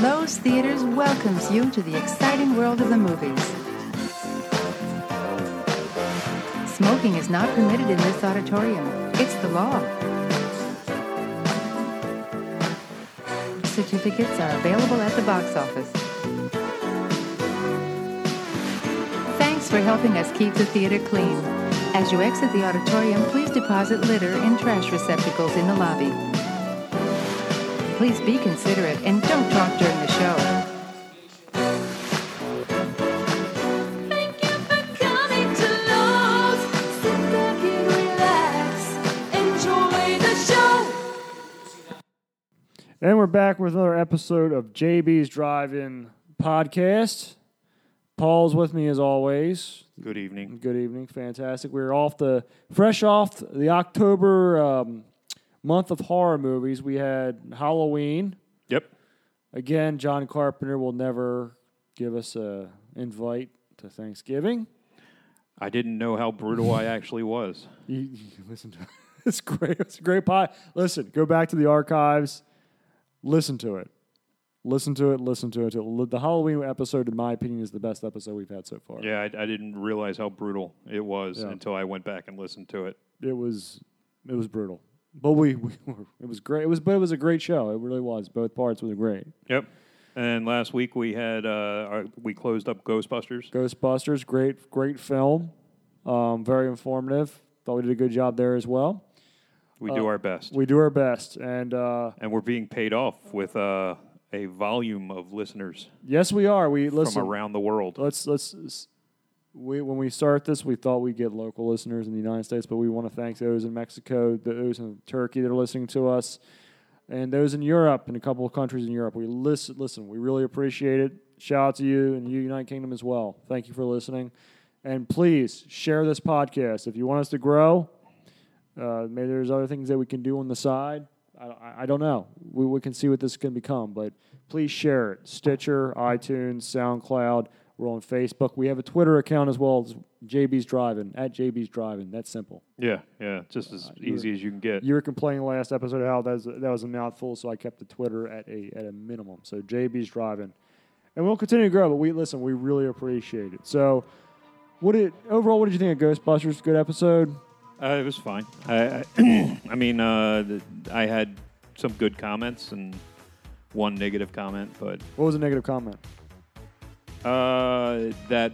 Lowe's Theaters welcomes you to the exciting world of the movies. Smoking is not permitted in this auditorium. It's the law. Certificates are available at the box office. Thanks for helping us keep the theater clean. As you exit the auditorium, please deposit litter and trash receptacles in the lobby. Please be considerate and don't talk during the show. Thank you for coming to Lowe's. Sit back and relax. Enjoy the show. And we're back with another episode of JB's Drive-In podcast. Paul's with me as always. Good evening. Good evening, fantastic. We're off the fresh off the October um, month of horror movies. We had Halloween. Yep. Again, John Carpenter will never give us a invite to Thanksgiving. I didn't know how brutal I actually was. You, you listen to it's great. It's a great pod. Listen, go back to the archives. Listen to it. Listen to it. Listen to it. The Halloween episode, in my opinion, is the best episode we've had so far. Yeah, I, I didn't realize how brutal it was Yeah. until I went back and listened to it. It was it was brutal, but we, we were, it was great. It was but it was a great show. It really was. Both parts were great. Yep. And last week we had uh, our, we closed up Ghostbusters. Ghostbusters, great great film. Um, very informative. Thought we did a good job there as well. Uh, We do our best, We do our best, and uh, and we're being paid off with uh, a volume of listeners yes, we are. We listen. from around the world. let's let's s- we when we start this, we thought we'd get local listeners in the United States, but we want to thank those in Mexico, those in Turkey that are listening to us, and those in Europe and a couple of countries in Europe. We listen, listen. We really appreciate it. Shout out to you and you United Kingdom as well. Thank you for listening, and please share this podcast if you want us to grow. Uh, maybe there's other things that we can do on the side. I- I, I don't know. We, we can see what this can become, but please share it. Stitcher, iTunes, SoundCloud. We're on Facebook. We have a Twitter account as well as JB's Driving, at JB's Driving. That's simple. Yeah, yeah, just as easy as Uh, you can get. You were complaining last episode how that was, that was a mouthful, so I kept the Twitter at a, at a minimum. So JB's Driving. And we'll continue to grow, but we listen, we really appreciate it. So, what did, overall, what did you think of Ghostbusters? Good episode? Uh, it was fine. I, I, I mean, uh, th- I had some good comments and one negative comment, but What was the negative comment? uh, that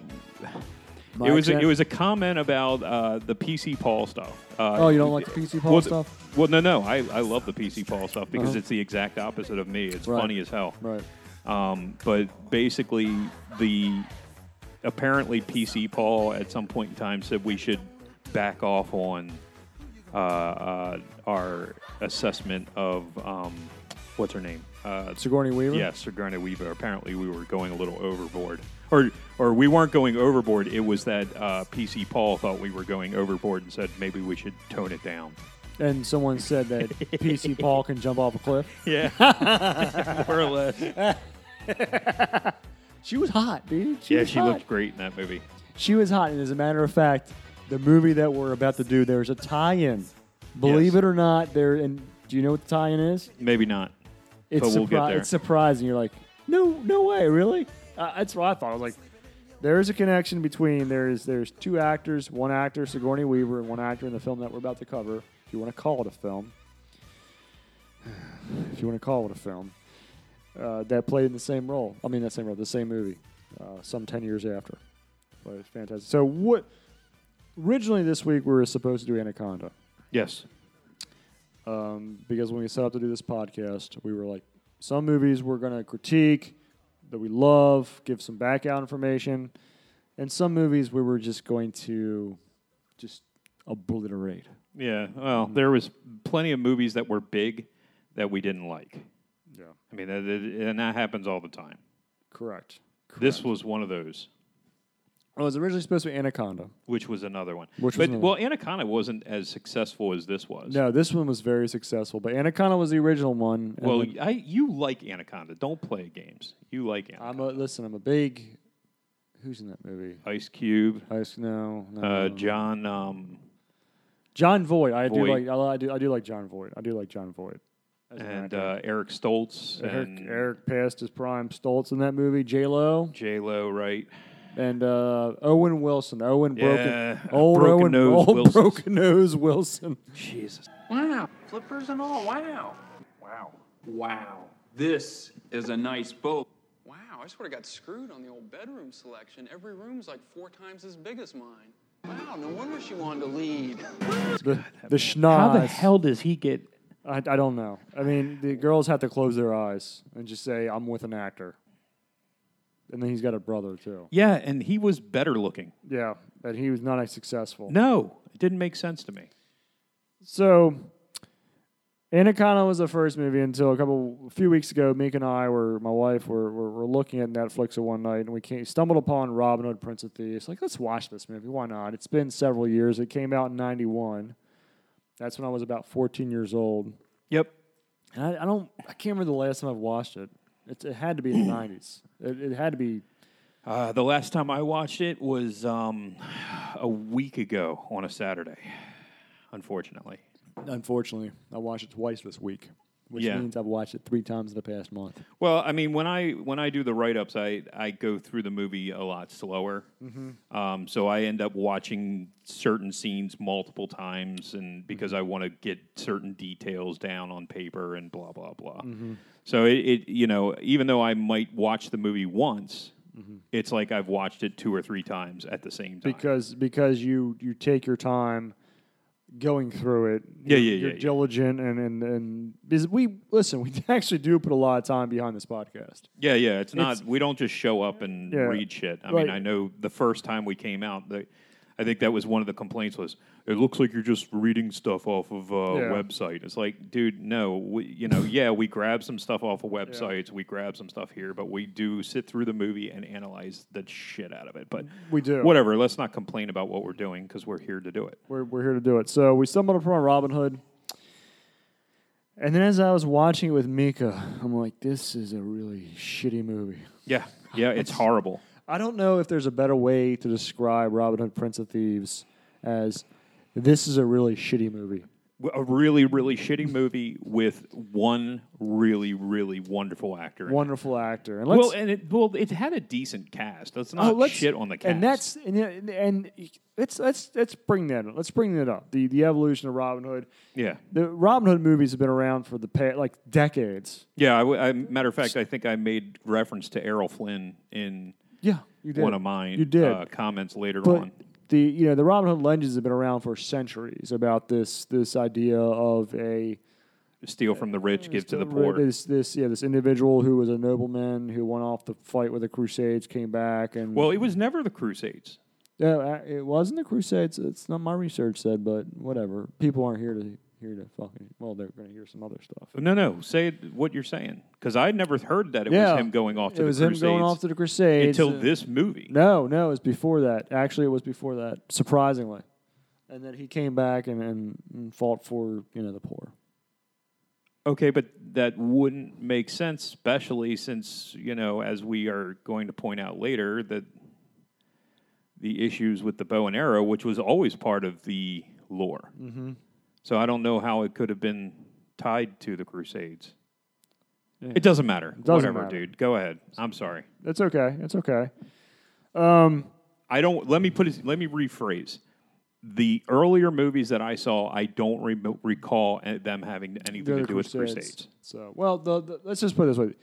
My it was a, accent? it was a comment about uh, the PC Paul stuff. Uh, Oh, you don't like the PC Paul well, stuff? Well, no, no, I, I love the PC Paul stuff because Uh-huh. it's the exact opposite of me. It's Right. funny as hell. Right. Um, but basically, the apparently PC Paul at some point in time said we should back off on uh, uh, our assessment of um, what's her name. Uh, Sigourney Weaver? Yes, Sigourney Weaver. Apparently, we were going a little overboard, or or we weren't going overboard. It was that uh, PC Paul thought we were going overboard and said maybe we should tone it down. And someone said that PC Paul can jump off a cliff. Yeah, more or less. She was hot, dude. She yeah, was she hot. looked great in that movie. She was hot. And as a matter of fact, the movie that we're about to do, there's a tie-in. Believe Yes. it or not, there. And do you know what the tie-in is? Maybe not. It's But we'll get surpri- there. It's surprising. You're like, no, no way, really? Uh, that's what I thought. I was like, there is a connection between there's there's two actors, one actor Sigourney Weaver and one actor in the film that we're about to cover. If you want to call it a film, if you want to call it a film, uh, that played in the same role. I mean, that same role, the same movie, uh, some ten years after. But it's fantastic. So what? Originally, this week we were supposed to do Anaconda Yes. um, because when we set up to do this podcast, we were like, some movies we're going to critique that we love, give some back out information, and some movies we were just going to just obliterate. Yeah. Well, there was plenty of movies that were big that we didn't like. Yeah, I mean, that- that- and that happens all the time. correct. This was one of those. It was originally supposed to be Anaconda. Which was another one. Which was but another well, Anaconda wasn't as successful as this was. No, this one was very successful, but Anaconda was the original one. and Well, the- I you like Anaconda. Don't play games. You like I'm Anaconda. a listen. I'm a big. Who's in that movie? Ice Cube, I s- no, no, no. uh, John. Um, John Voight. I do Voight. like. I, li- I do. I do like John Voight. I do like John Voight. as an and actor. uh, Eric Stoltz Eric, and Eric passed his prime. Stoltz in that movie, J Lo, J Lo, right? and uh, Owen Wilson. Owen Yeah, broken, old broken Owen, nose old Wilsons. broken nose Wilson. Jesus. Wow. Flippers and all. Wow. Wow. Wow. This is a nice boat. Wow, I swear I got screwed on the old bedroom selection. Every room's like four times as big as mine. Wow, no wonder she wanted to lead. The, the schnoz. How the hell does he get? I, I don't know. I mean, the girls have to close their eyes and just say, "I'm with an actor," and then he's got a brother too. Yeah, and he was better looking. Yeah, and he was not as successful. No, it didn't make sense to me. So, Anaconda was the first movie until a couple, a few weeks ago. Meek and I were, my wife, were, were, were looking at Netflix at one night, and we came, stumbled upon Robin Hood, Prince of Thieves. Like, let's watch this movie. Why not? It's been several years. It came out in '91. That's when I was about 14 years old. Yep. And I, I don't, I can't remember the last time I've watched it. It, it had to be in the '90s. It, it had to be. Uh, the last time I watched it was um, a week ago on a Saturday, unfortunately. Unfortunately, I watched it twice this week, which Yeah. means I've watched it three times in the past month. Well, I mean, when I when I do the write ups, I I go through the movie a lot slower, um, so I end up watching certain scenes multiple times, and because I want to get certain details down on paper and blah blah blah. So it, it you know even though I might watch the movie once, it's like I've watched it two or three times at the same time. because because you you take your time going through it. You're- Yeah, yeah, You're yeah, yeah. diligent and and and because we listen, we actually do put a lot of time behind this podcast. Yeah, yeah. It's not. we don't just show up and Yeah. read shit. I Right. mean, I know the first time we came out, the, I think that was one of the complaints was it looks like you're just reading stuff off of a Yeah. website. It's like, dude, no. We, you know, yeah, we grab some stuff off of websites. We grab some stuff here, but we do sit through the movie and analyze the shit out of it. But We do. whatever. Let's not complain about what we're doing because we're here to do it. We're we're here to do it. So we stumbled upon Robin Hood. And then as I was watching it with Mika, I'm like, this is a really shitty movie. Yeah, yeah. It's horrible. I don't know if there's a better way to describe Robin Hood Prince of Thieves as this is a really shitty movie. A really, really shitty movie with one really, really wonderful actor. in it. Wonderful actor. And let's, well, and it well, it had a decent cast. Let's not Oh, let's- shit on the cast. And that's and, and, and let's let's let's bring that let's bring that up. The the evolution of Robin Hood. yeah, The Robin Hood movies have been around for the past like decades. yeah. I w I matter of fact, I think I made reference to Errol Flynn in Yeah, you did. one of mine You did. Uh, comments later but on. the you know the Robin Hood legends have been around for centuries about this this idea of a Uh, Steal from the rich, give to the Right, poor. This this yeah this individual who was a nobleman who went off to fight with the Crusades came back and Well, it was never the Crusades. Yeah, I- it wasn't the Crusades. It's not my research said, but whatever. People aren't here to here to fucking. Well, they're going to hear some other stuff. No, no. Say it- what you're saying because I never heard that it was him going off to it the was Crusades him going off to the Crusades until uh, this movie. No, no, it was before that. Actually, it was before that. Surprisingly, and then he came back and, and, and fought for you know the poor. Okay, but that wouldn't make sense, especially since, you know, as we are going to point out later, that the issues with the bow and arrow, which was always part of the lore. Mm-hmm. So I don't know how it could have been tied to the Crusades. It doesn't matter. doesn't Whatever, matter. dude. Go ahead. I'm sorry. That's okay. That's okay. I don't. Let me put it. Let me rephrase. The earlier movies that I saw, I don't re- recall eh, them having anything to do with Crusades. So well, the, the, let's just put it this way: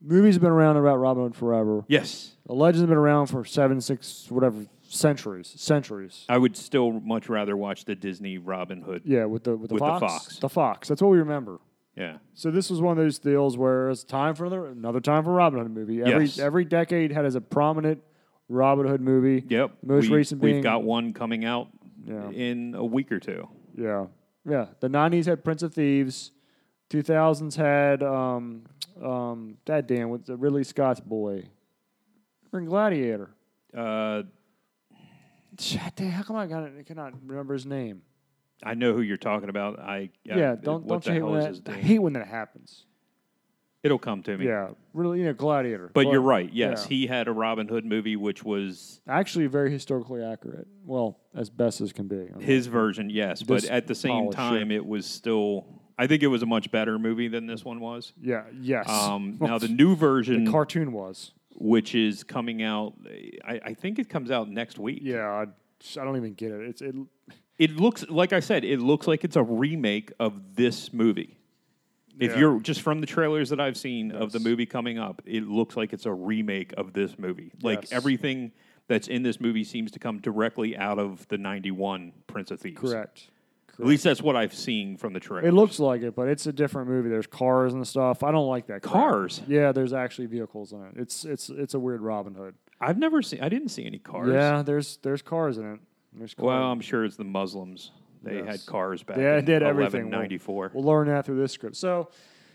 movies have been around about Robin Hood forever. Yes, The legends have been around for seven, six, whatever centuries, centuries. I would still much rather watch the Disney Robin Hood. Yeah, with the with the With the fox, fox. the fox. That's what we remember. Yeah. So this was one of those deals where it's time for another, another time for a Robin Hood movie. Every Yes. every decade had as a prominent Robin Hood movie. Yep. The most we, recent being We've got one coming out Yeah. in a week or two. yeah yeah. The nineties had Prince of Thieves. Two thousands had um um that damn with the Ridley Scott's boy, Ring Gladiator. Uh, Shit, damn, how come I got it? I cannot remember his name. I know who you're talking about. I Yeah, don't what don't you hate the when that? hell is I his name? hate when that happens. It'll come to me. Yeah, really, you know, Gladiator. But Gla- you're right. Yes, yeah. he had a Robin Hood movie, which was actually very historically accurate. Well, as best as can be. I mean, his version. Yes, but This at the same polish time, it was still I think it was a much better movie than this one was. Yeah. Yes. Um, now the new version, The cartoon was. which is coming out, I, I think it comes out next week. Yeah. I, I don't even get it. It's it. It looks like I said, it looks like it's a remake of this movie. If Yeah. you're just from the trailers that I've seen of the movie coming up, it looks like it's a remake of this movie. Like Yes. everything that's in this movie seems to come directly out of the 91 Prince of Thieves. Correct. At least that's what I've seen from the trailer. It looks like it, but it's a different movie. There's cars and stuff. I don't like that. crap. Cars? Yeah, there's actually vehicles in it. It's it's it's a weird Robin Hood. I've never seen. I didn't see any cars. Yeah, there's there's cars in it. There's cars. Well, I'm sure it's the Muslims. They had Yes. cars back. yeah, in it did everything. We'll- 1194. We'll, learn that through this script. So,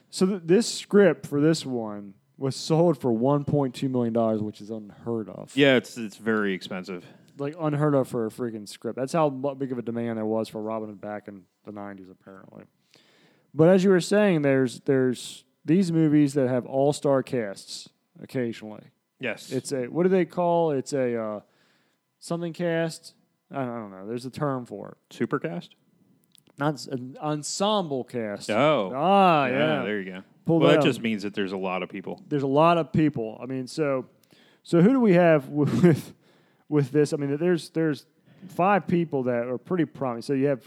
so th- this script for this one was sold for 1.2 million dollars, which is unheard of. yeah, it's it's very expensive. like unheard of for a freaking script. That's how mu- big of a demand there was for Robin Hood back in the '90s, apparently. But as you were saying, there's there's these movies that have all star casts occasionally. Yes, It's a what do they call? It's a uh, something cast. I don't, I don't know. There's a term for it. supercast. Not s- an ensemble cast. Oh, ah, yeah. There you go. Pull that well, that out. just means that there's a lot of people. there's a lot of people. I mean, so so who do we have with with, with this? I mean, there's there's five people that are pretty prominent. So you have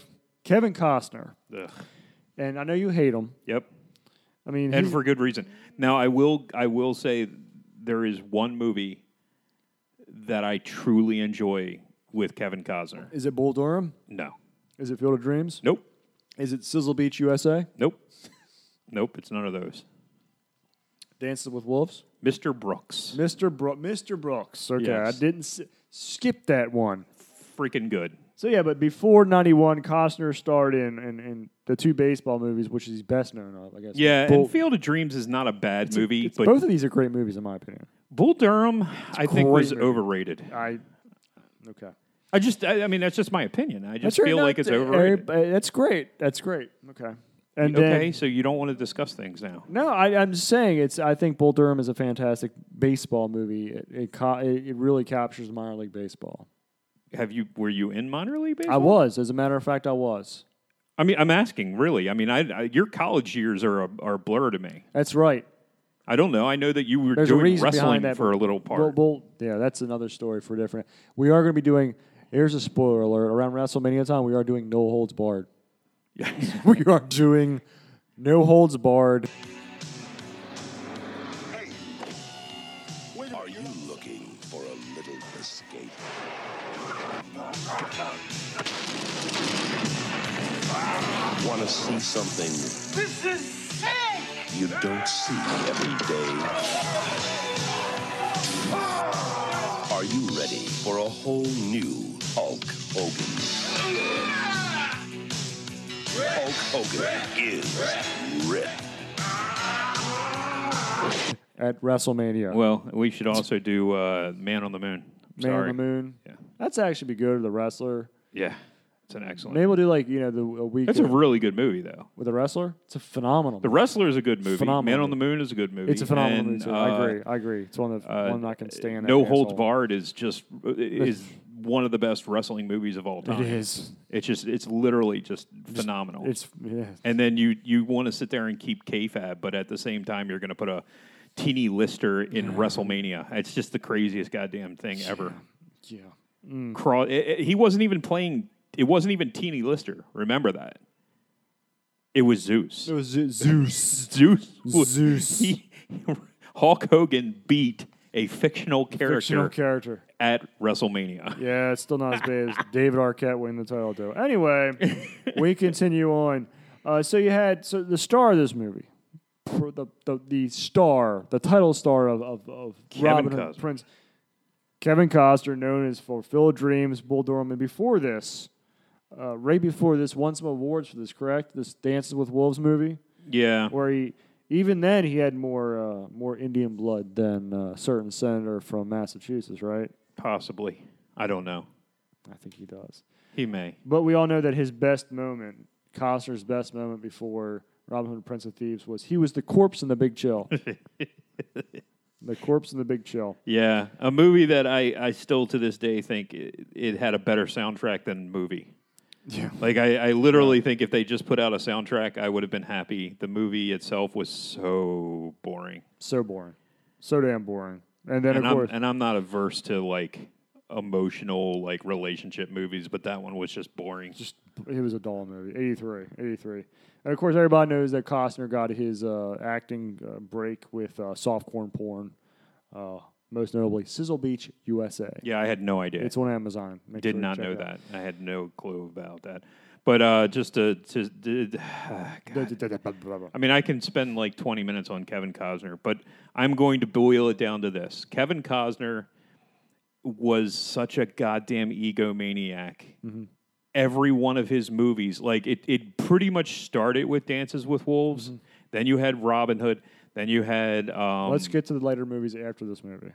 Kevin Costner, Ugh. and I know you hate him. Yep, I mean, and he's- for good reason. Now, I will I will say there is one movie that I truly enjoy with Kevin Costner. is it Bull Durham? No, Is it Field of Dreams? nope, Is it Sizzle Beach, USA? nope, nope. It's none of those. Dances with Wolves? Mr. Brooks, Mr. Bro- Mr. Brooks. Okay, Yes. I didn't s- skip that one. freaking good. So yeah, but before '91, Costner starred in, in in the two baseball movies, which he's best known of, I guess. Yeah, Bull- and Field of Dreams is not a bad movie, it's- but both of these are great movies, in my opinion. Bull Durham, I think, great was movie. overrated. I okay. I just, I, I mean, that's just my opinion. I just feel like it's overrated. That's great. That's great. Okay. And Okay, then so you don't want to discuss things now. no, I, I'm just saying it's. I think Bull Durham is a fantastic baseball movie. It it, ca- it, it really captures minor league baseball. Have you? Were you in minor league baseball? I was, as a matter of fact, I was. I mean, I'm asking, really. I mean, I, I your college years are a, are a blur to me. That's right. I don't know. I know that you were There's a doing reason wrestling behind that for a little part. Well, well, yeah, that's another story for different. We are going to be doing. Here's a spoiler alert. Around WrestleMania time, we are doing No Holds Barred. we are doing No Holds Barred. Are you looking for a little escape? Want to see something? This is sick! You don't see every day. Are you ready for a whole new Hulk Hogan? Hulk Hogan is ripped. at WrestleMania. Well, we should also do uh, Man on the Moon. I'm Man Sorry. on the Moon. Yeah. That's actually be good to the wrestler. Yeah, it's an excellent. Maybe we'll do like you know the a week that's a really good movie, though. with a wrestler. It's a phenomenal. The Wrestler is a good movie. Phenomenal Man on the movie. Moon is a good movie. it's a phenomenal And, movie. Too. I uh, agree. I agree. It's one of the Uh, one I can stand. that No Holds asshole. Barred is just is one of the best wrestling movies of all time. It is. It's just it's literally just, phenomenal. It's yeah. and then you you want to sit there and keep KFAB, but at the same time you're going to put a teeny lister in WrestleMania. It's just the craziest goddamn thing ever. yeah. Craw- it- it- he wasn't even playing. It wasn't even teeny lister. Remember that. It was Zeus. It was Ze- Zeus. Zeus. was- Zeus. He, Hulk Hogan beat a fictional character Fictional character. at WrestleMania. Yeah, it's still not as bad as David Arquette winning the title, though. Anyway, we continue on. Uh, so you had so the star of this movie, pr- the, the the star, the title star of of, of Kevin Robin Hood Costner. Prince, Kevin Costner, known as for Phil Dreams, Bull Durham, and before this, uh, right before this, won some awards for this. Correct, this Dances with Wolves movie, Yeah. where he even then he had more uh, more Indian blood than uh, certain senator from Massachusetts, right? Possibly. I don't know. I think he does. He may. But we all know that his best moment, Costner's best moment before Robin Hood, Prince of Thieves, was he was the corpse in the Big Chill. the corpse in the Big Chill. Yeah. A movie that I, I still to this day think it, it had a better soundtrack than movie. Yeah. Like I, I literally think if they just put out a soundtrack, I would have been happy. The movie itself was so boring, So boring. So damn boring. And then and of I'm course and I'm not averse to like emotional like relationship movies, but that one was just boring. just it was a dull movie. 83, 83. And of course, everybody knows that Costner got his uh, acting uh, break with uh, softcore porn, uh, most notably Sizzle Beach, USA. yeah, I had no idea. It's on Amazon. Make Did sure you not check know it out. that. I had no clue about that. But uh, just to, to, to God. I mean, I can spend like 20 minutes on Kevin Cosner, but I'm going to boil it down to this. Kevin Cosner was such a goddamn egomaniac. Every one of his movies, like it, it pretty much started with Dances with Wolves. Then you had Robin Hood. Then you had. Um, Let's get to the later movies after this movie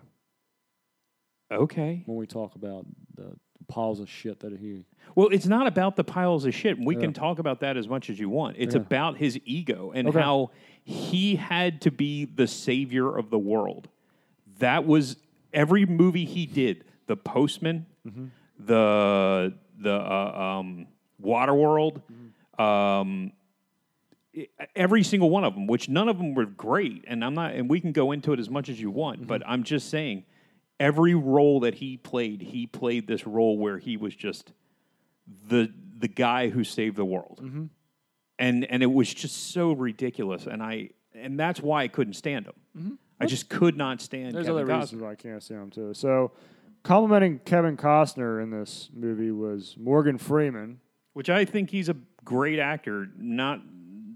Okay. when we talk about the piles of shit that he. Well, it's not about the piles of shit. We can talk about that as much as you want. It's about his ego and Okay. how he had to be the savior of the world. That was every movie he did. The Postman, the the uh, um, Waterworld, um, e, every single one of them, which none of them were great. And I'm not, and we can go into it as much as you want, but I'm just saying every role that he played, he played this role where he was just the the guy who saved the world. Mm-hmm. And and it was just so ridiculous. And I and that's why I couldn't stand him. I just could not stand Mm-hmm. There's Kevin other Costner. reasons why I can't see him too. So, complimenting Kevin Costner in this movie was Morgan Freeman. which I think he's a great actor, not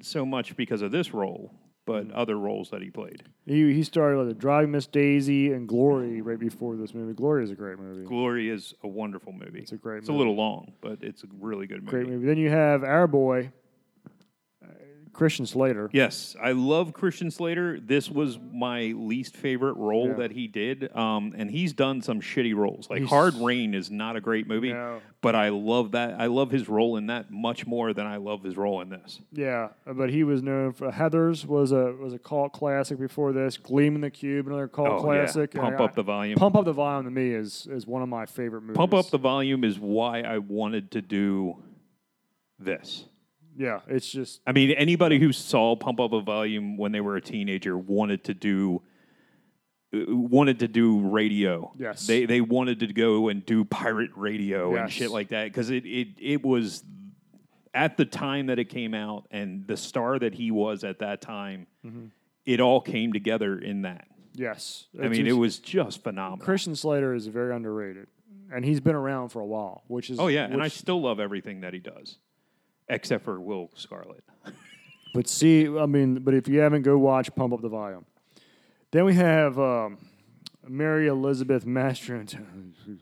so much because of this role, but Mm-hmm. other roles that he played. He he started with a Driving Miss Daisy and Glory right before this movie. Glory is a great movie. Glory is a wonderful movie. It's a great It's a movie. little long, but it's a really good movie. Great movie. Then you have our boy, uh, Christian Slater. Yes, I love Christian Slater. This was my least favorite role Yeah. that he did, um, and he's done some shitty roles. Like He's- Hard Rain is not a great movie, No. but I love that. I love his role in that much more than I love his role in this. Yeah, but he was known for Heather's was a was a cult classic before this. Gleam in the Cube, another cult Oh, yeah. classic. Pump Up the Volume. Pump up the volume to me is is one of my favorite movies. Pump Up the Volume is why I wanted to do this. yeah. It's just I mean, anybody who saw Pump Up a Volume when they were a teenager wanted to do uh, wanted to do radio. Yes. they they wanted to go and do pirate radio and Yes. shit like that because it it it was at the time that it came out and the star that he was at that time. Mm-hmm. It all came together in that. yes. I mean, it was just phenomenal. Christian Slater is very underrated, and he's been around for a while, which is oh yeah, and I which- still love everything that he does, except for Will Scarlet. But see, I mean, but if you haven't, go watch Pump Up the Volume. Then we have um, Mary Elizabeth Mastrantoni. Yeah,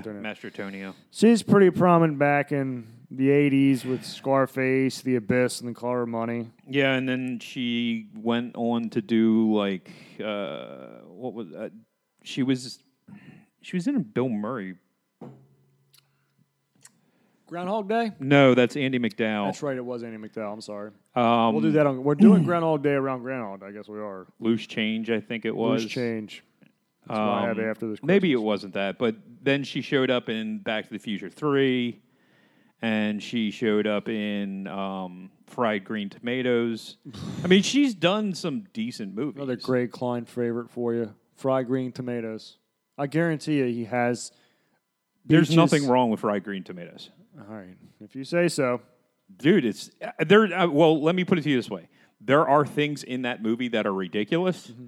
Mastrantoni. Master Tonio. She's pretty prominent back in the 80s with Scarface, The Abyss, and The Color of Money. Yeah, and then she went on to do like uh, what was uh, she was she was in a Bill Murray. Groundhog Day? No, that's Andy McDowell. That's right, it was Annie McDowell. I'm sorry. Um, We'll do that on. We're doing Groundhog Day around Groundhog. Day, I guess we are. Loose Change, I think it was. Loose change. That's what I have Um, after this. Maybe it Christmas. wasn't that, but then she showed up in Back to the Future Three, and she showed up in um, Fried Green Tomatoes. I mean, she's done some decent movies. Another Greg Klein favorite for you. Fried green tomatoes. I guarantee you, he has. There's peaches- nothing wrong with Fried Green Tomatoes. All right, if you say so. dude it's uh, there uh, well let me put it to you this way there are things in that movie that are ridiculous Mm-hmm.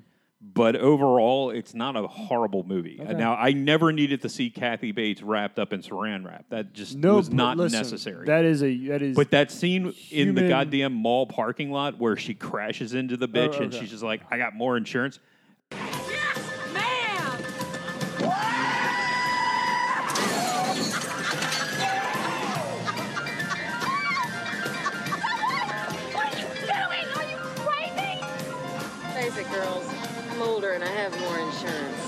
but overall it's not a horrible movie Uh, now i never needed to see kathy bates wrapped up in saran wrap that just No, was but not listen, necessary That is a that is. but that scene in the Human- Oh, goddamn mall parking lot where she crashes into the bitch and okay. she's just like i got more insurance Yes, ma'am. What are you doing? Are you crazy? Face it, girls. I'm older and I have more insurance.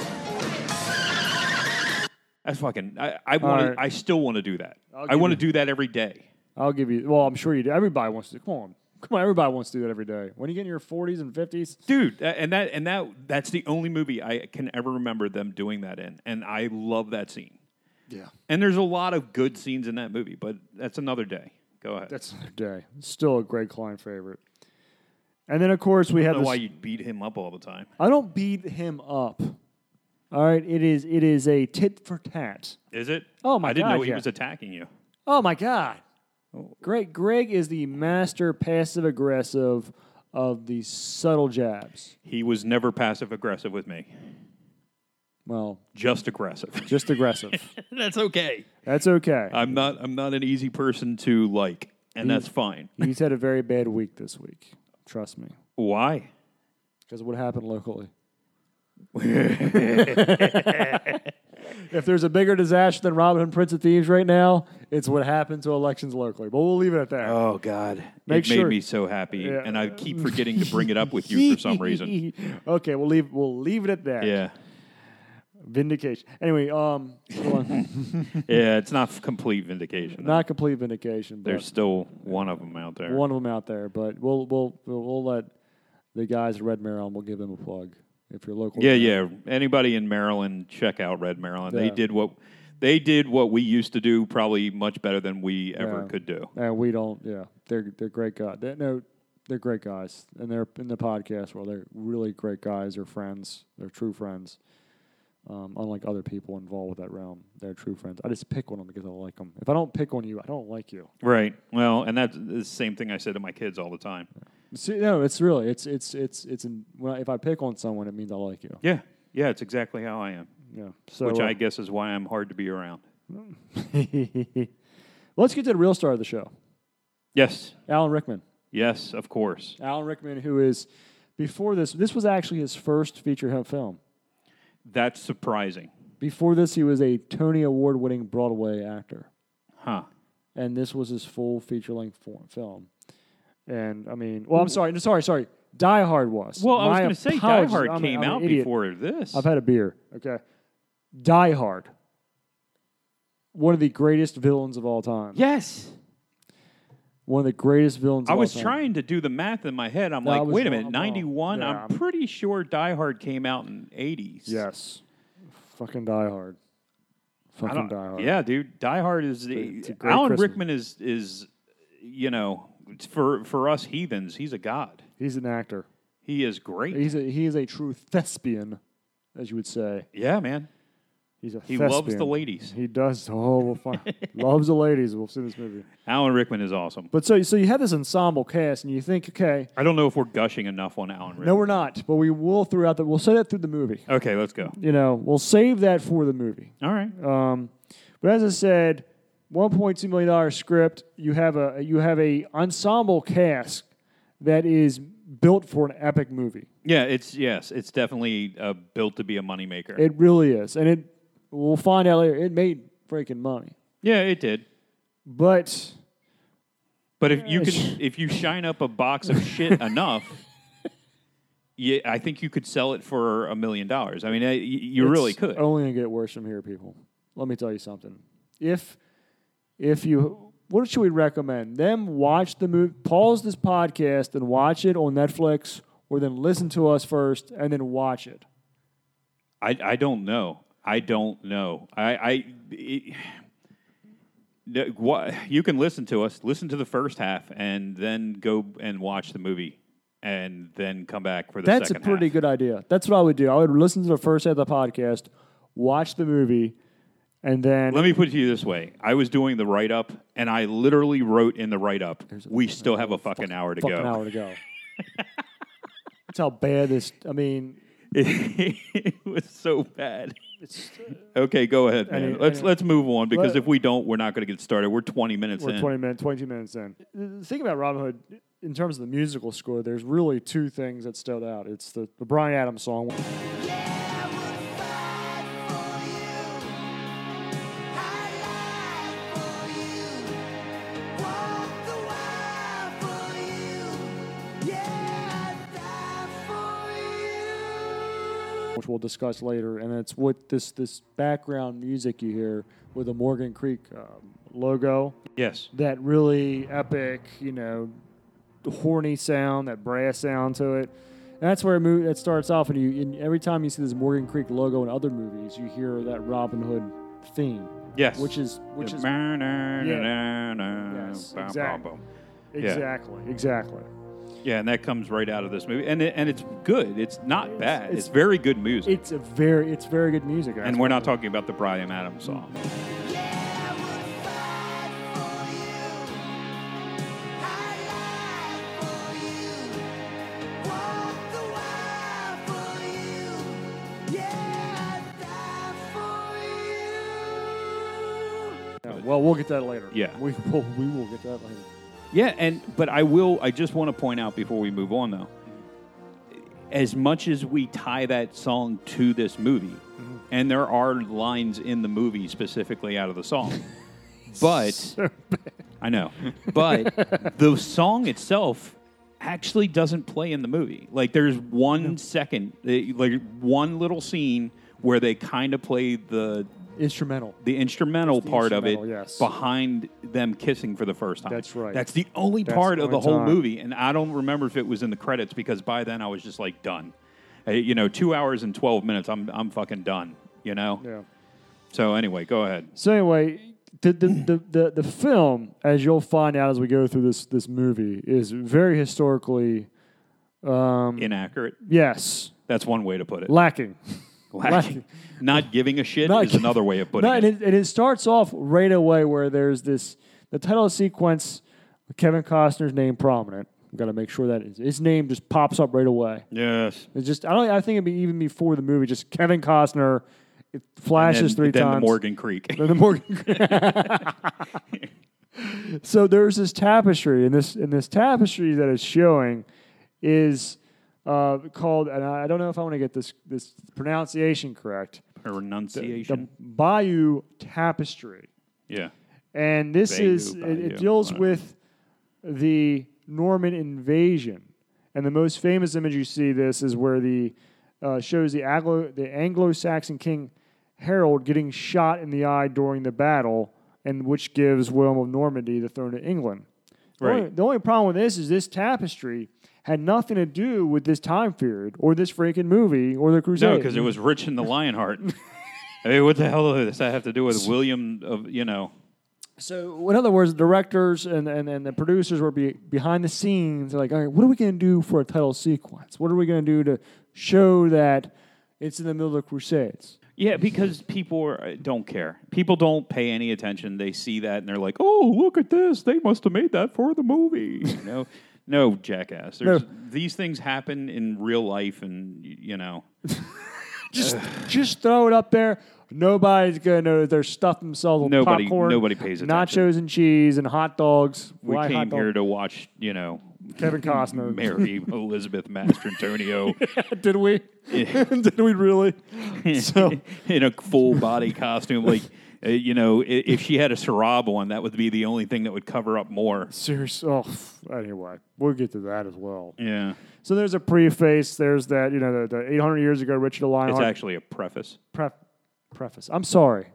that's fucking i, I want right. i still want to do that I'll i give want to you- do that every day I'll give you. Well, I'm sure you do. Everybody wants to. Come on, come on. Everybody wants to do that every day. When you get in your 40s and 50s, dude tha- and that and that that's the only movie i can ever remember them doing that in and i love that scene Yeah. And there's a lot of good scenes in that movie, but that's another day. Go ahead. That's another day. Still a Greg Klein favorite. And then, of course, we I have don't know this- why you beat him up all the time. I don't beat him up. All right, it is it is a tit for tat. Is it? Oh, my I didn't God, know he yeah. was attacking you. Oh my god. Greg Greg is the master passive aggressive of the subtle jabs. He was never passive aggressive with me. Well, Just aggressive. just aggressive. that's okay. That's okay. I'm not I'm not an easy person to like, and that's fine. He's had a very bad week this week. Trust me. Why? Because of what happened locally. if there's a bigger disaster than Robin Hood Prince of Thieves right now, it's what happened to elections locally. But we'll leave it at that. Oh God. Make it made sure- me so happy. Yeah. And I keep forgetting to bring it up with you for some reason. okay, we'll leave we'll leave it at that. Yeah. Vindication. Anyway, um go on. Yeah, it's not f- complete vindication. not complete vindication, but There's still one of them out there. one of them out there. But we'll we'll we'll, we'll let the guys at Red Mare on. We'll give them a plug if you're local. Yeah, yeah. Anybody in Maryland, check out Red Maryland. They Yeah. did what they did what we used to do, probably much better than we ever Yeah. could do. And we don't. Yeah, they're they're great guys. They, no, they're great guys, and they're in the podcast world. They're really great guys. They're friends. They're true friends. Um, unlike other people involved with that realm, they're true friends. I just pick on them because I like them. If I don't pick on you, I don't like you. Right. Well, and that's the same thing I said to my kids all the time. See, no, it's really it's it's it's it's. In, when I, if I pick on someone, it means I like you. Yeah. Yeah, it's exactly how I am. Yeah. So which uh, I guess is why I'm hard to be around. let's get to the real star of the show, Yes. Alan Rickman. Yes, of course. Alan Rickman, who is before this, this was actually his first feature hemp film. That's surprising. Before this, he was a Tony Award winning Broadway actor. Huh. And this was his full feature length film. And I mean, well, I'm sorry, no, sorry, sorry. Die Hard was. Well, I was My going to say Die apologies. Hard I'm a- came I'm an out idiot. before this. I've had a beer. Okay. Die Hard. One of the greatest villains of all time. yes. One of the greatest villains I of all was time. trying to do the math in my head. I'm No, I like, was wait a wrong. minute, I'm wrong. 91. Yeah, I'm I'm- pretty sure Die Hard came out in 80s. Yes. Fucking Die Hard. I Fucking don't- Die Hard. Yeah, dude. Die Hard is the It's a great Alan Christmas. Rickman is is you know it's for for us heathens, he's a god. He's an actor. He is great. He's a, he is a true thespian, as you would say. yeah, man. He's a He thespian. loves the ladies. He does. Oh, well, fine. loves the ladies. We'll see this movie. Alan Rickman is awesome. But so so you have this ensemble cast, and you think, okay, I don't know if we're gushing enough on Alan Rickman. no, we're not, but we will throughout the. We'll say that through the movie. Okay, let's go. You know, we'll save that for the movie. All right. Um, but as I said, one point two million dollar script. You have a you have a ensemble cast that is built for an epic movie. Yeah, it's yes, it's definitely uh, built to be a moneymaker. It really is, and it we'll find out later. It made freaking money, yeah, it did. but But if you can, if you shine up a box of shit enough, yeah, I think you could sell it for a million dollars. I mean, I, y- you really It's could. Only gonna get worse from here, people. Let me tell you something. If if you what should we recommend? Them watch the movie, pause this podcast and watch it on Netflix, or then listen to us first and then watch it. I, I don't know. I don't know. I, I it, the- wha- you can listen to us, listen to the first half, and then go and watch the movie, and then come back for the That's a second pretty half. good idea. That's what I would do. I would listen to the first half of the podcast, watch the movie, and then Let me put it to you this way: I was doing the write up, and I literally wrote in the write up, "We still have a fucking hour to fucking go." hour to go. That's how bad this. I mean, it was so bad. uh, okay, go ahead, man. Any- let's any- let's move on because Let- if we don't, we're not going to get started. We're twenty minutes We're in. 20 minutes, 22 minutes in. The thing about Robin Hood, in terms of the musical score, there's really two things that stood out. It's the, the Brian Adams song. Which we'll discuss later, and it's what this this background music you hear with the Morgan Creek um, logo, Yes, that really epic, you know, horny sound, that brass sound to it. And that's where it, mo- it starts off, and you and every time you see this Morgan Creek logo in other movies, you hear that Robin Hood theme. Yes. Which is which is Yes, Yes, exactly. yeah. exactly exactly. Yeah, and that comes right out of this movie, and it, and it's good. It's not bad. It's, it's- very good music, It's a very it's very good music. and we're not talking about the Brian Adams song. Yeah, well, we'll get that later. Yeah. we will we will get that later. Yeah, and but I will. I just want to point out before we move on, though, as much as we tie that song to this movie, and there are lines in the movie specifically out of the song, but I know, but the song itself actually doesn't play in the movie. Like there's one second, eh, like one little scene where they kind of play the Instrumental. the instrumental It's the part of it instrumental, yes. behind them kissing for the first time. That's right. That's the only That's part the of the only whole time. movie, and I don't remember if it was in the credits because by then I was just like done. Uh, you know, two hours and twelve minutes. I'm I'm fucking done. You know. Yeah. So anyway, go ahead. So anyway, the the, the, the the film, as you'll find out as we go through this this movie, is very historically Um, Inaccurate. yes That's one way to put it. lacking. Lacking. Not giving a shit Not is another way of putting No, and it. it, and it starts off right away where there's this the title sequence, Kevin Costner's name prominent. I've got to make sure that his- his name just pops up right away. Yes. It's just I don't I think it'd be even before the movie, just Kevin Costner. It flashes And three then times. the Morgan Creek. Then the Morgan. so there's this tapestry, and this and this tapestry that is showing is uh, called, and I I don't know if I want to get this this pronunciation correct. The Pronunciation. Bayou Tapestry, yeah. and this Bayou, is it, it bayou, deals whatever. with the Norman invasion, and the most famous image you see this is where the uh, shows the Anglo the Anglo-Saxon king Harold getting shot in the eye during the battle, and which gives William of Normandy the throne of England. The only- Right. the only problem with this is this tapestry had nothing to do with this time period or this freaking movie or the crusade. No, because it was Rich and the Lionheart. I mean, what the hell does that have to do with William of you know? So, in other words, the directors and, and, and the producers were be, behind the scenes. They're like, all right, what are we going to do for a title sequence? What are we going to do to show that it's in the middle of the Crusades? Yeah, because people are, uh, don't care. People don't pay any attention. They see that and they're like, "Oh, look at this! They must have made that for the movie." You know, no, jackass. There's, These things happen in real life, and y- you know, Just just throw it up there. Nobody's going to know that they're stuffed themselves with Nobody- popcorn, nobody pays attention. nachos and cheese and hot dogs. we Why came hot dog? here to watch. You know, Kevin Costner. Mary Elizabeth Mastrantonio Did we? Did we really? So in a full body costume, like. uh, you know, i- if she had a sarab on, that would be the only thing that would cover up more. seriously, oh, anyway, we'll get to that as well. Yeah. So there's a preface. There's that you know the, the 800 years ago Richard the It's Lionheart actually a preface. pref- preface. I'm sorry,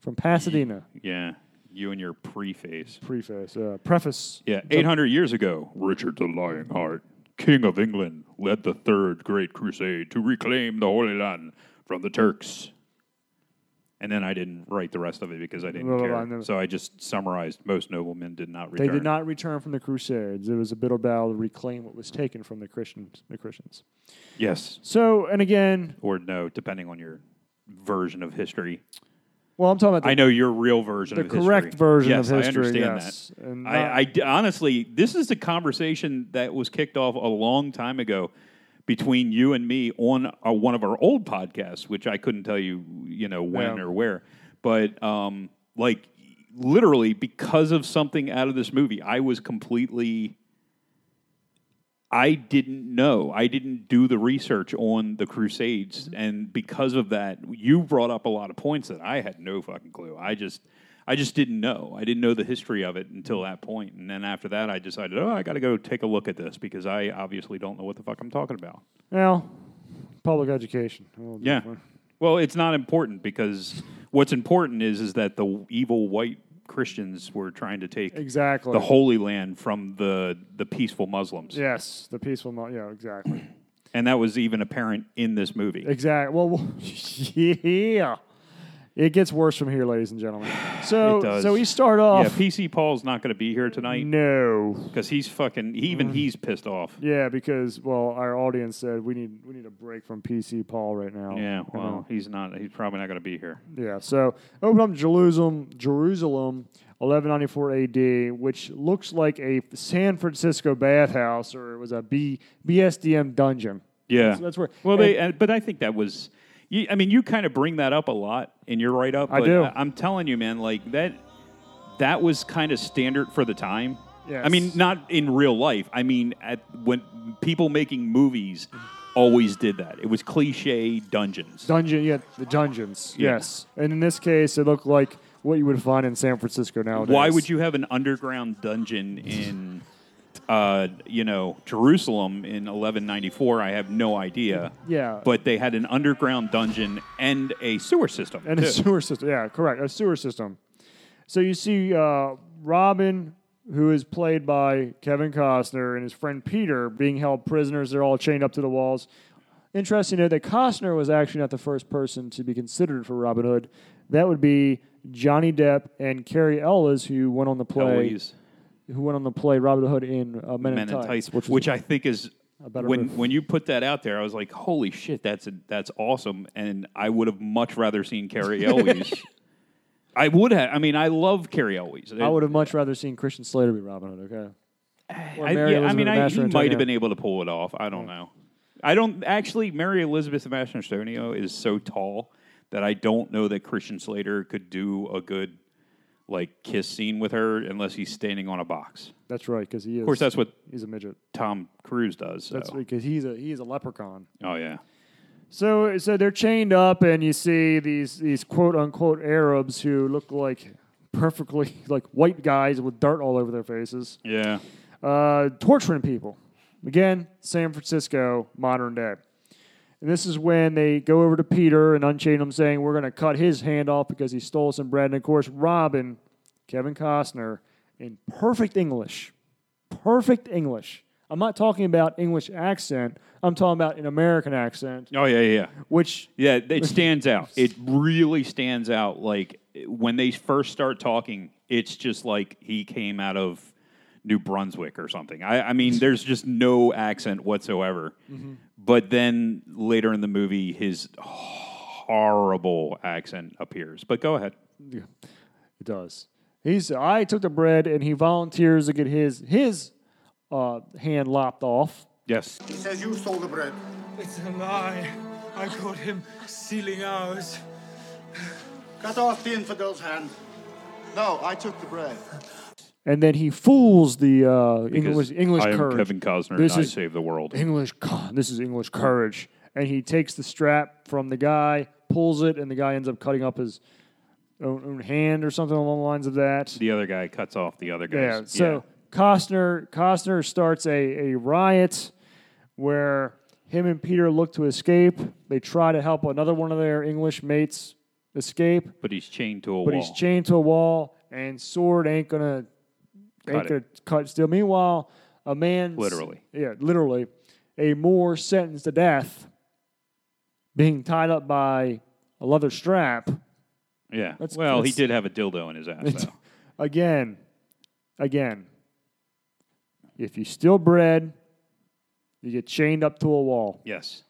from Pasadena. Yeah. You and your preface. Preface. Uh, preface. Yeah. 800 years ago, Richard the Lionheart, King of England, led the Third Great Crusade to reclaim the Holy Land from the Turks. And then I didn't write the rest of it because I didn't Blah, blah, care. blah, no. So I just summarized most noblemen did not They return. did not return from the Crusades. It was a bitter battle to reclaim what was taken from the Christians. The Christians. Yes. So and again, Or no, depending on your version of history. well, I'm talking about the, I know your real version the of history. correct version yes, of history. I understand yes. that. And uh, not- I, I d- honestly, this is the conversation that was kicked off a long time ago between you and me on uh one of our old podcasts, which I couldn't tell you, you know, when Yeah. or where. But um, like, literally, because of something out of this movie, I was completely. I didn't know. I didn't do the research on the Crusades, and because of that, you brought up a lot of points that I had no fucking clue. I just, I just didn't know. I didn't know the history of it until that point, and then after that, I decided, oh, I got to go take a look at this because I obviously don't know what the fuck I'm talking about. well, public education. Oh, Yeah. Well, it's not important because what's important is is that the evil white Christians were trying to take Exactly. the Holy Land from the the peaceful Muslims, Yes, the peaceful. Mo- yeah, exactly. and that was even apparent in this movie. Exactly. Well, yeah. It gets worse from here, ladies and gentlemen. So, It does. so we start off. Yeah, PC Paul's not going to be here tonight no. because he's fucking. Even he's pissed off. Yeah, because well, our audience said we need we need a break from PC Paul right now. You Yeah, know? well, he's not. He's probably not going to be here. Yeah, so open up Jerusalem, Jerusalem, 1194 A.D., which looks like a San Francisco bathhouse, or it was a B, BSDM dungeon. Yeah, So that's where- Well, they. And, but I think that was. You, I mean, you kind of bring that up a lot in your write up. I do. I, am telling you, man, like that. That was kind of standard for the time. I Yes. mean, not in real life. I mean, at, when people making movies always did that. It was cliche dungeons. Dungeon, yeah, the dungeons. Yeah. Yes, and in this case, it looked like what you would find in San Francisco nowadays. Why would you have an underground dungeon in, uh, you know, Jerusalem in 1194? I have no idea. Yeah. But they had an underground dungeon and a sewer system. And too. a sewer system. Yeah, correct. A sewer system. So you see uh, Robin, who is played by Kevin Costner, and his friend Peter being held prisoners. They're all chained up to the walls. Interesting to note that Costner was actually not the first person to be considered for Robin Hood. That would be Johnny Depp and Carrie Ellis, who went on the play, Eloise. who went on the play Robin Hood in uh, Men, Men in Tights, which, which, was- I think is better when move. when you put that out there, I was like, "Holy shit, that's that's awesome!" And I would have much rather seen Carrie Elwes. I would have. I mean, I love Carrie Elwes. I would have much rather seen Christian Slater be Robin Hood. Okay. Or I, Mary yeah, I Elizabeth mean, I, he Mastrangelo. might have been able to pull it off. I don't know. I don't actually. Mary Elizabeth Mastrantonio is so tall that I don't know that Christian Slater could do a good like kiss scene with her unless he's standing on a box. That's right, because he is. Of course, that's what he's a midget. Tom Cruise does. So. That's because he's a he's a leprechaun. oh yeah. So so they're chained up, and you see these these quote unquote Arabs who look like perfectly like white guys with dirt all over their faces, Yeah. uh, torturing people. Again, San Francisco, modern day. And this is when they go over to Peter and unchain him, saying, "We're going to cut his hand off because he stole some bread." And of course, Robin, Kevin Costner, in perfect English, perfect English. I'm not talking about English accent. I'm talking about an American accent, Oh yeah, yeah. which Yeah, it stands out. It really stands out. Like when they first start talking, it's just like he came out of New Brunswick or something. I, I mean, there's just no accent whatsoever. But then later in the movie, his horrible accent appears. But go ahead. It does. He's I took the bread and he volunteers to get his his uh, hand lopped off. Yes. He says you stole the bread. It's a lie. I caught him stealing ours. Cut off the infidel's hand. No, I took the bread. And then he fools the uh, English English I am courage. Kevin Costner This and is I save the world. English. co- This is English courage. And he takes the strap from the guy, pulls it, and the guy ends up cutting up his own, own hand or something along the lines of that. The other guy cuts off the other guy. Yeah. So Costner Costner starts a, a riot where him and Peter look to escape. They try to help another one of their English mates escape, but he's chained to a but wall. he's chained to a wall and sword ain't gonna ain't Cut gonna cut still. Meanwhile, a man Literally. yeah, literally, a Moor sentenced to death, being tied up by a leather strap. yeah. That's- well, he that's- did have a dildo in his ass. though. Again, again, if you steal bread, you get chained up to a wall. yes.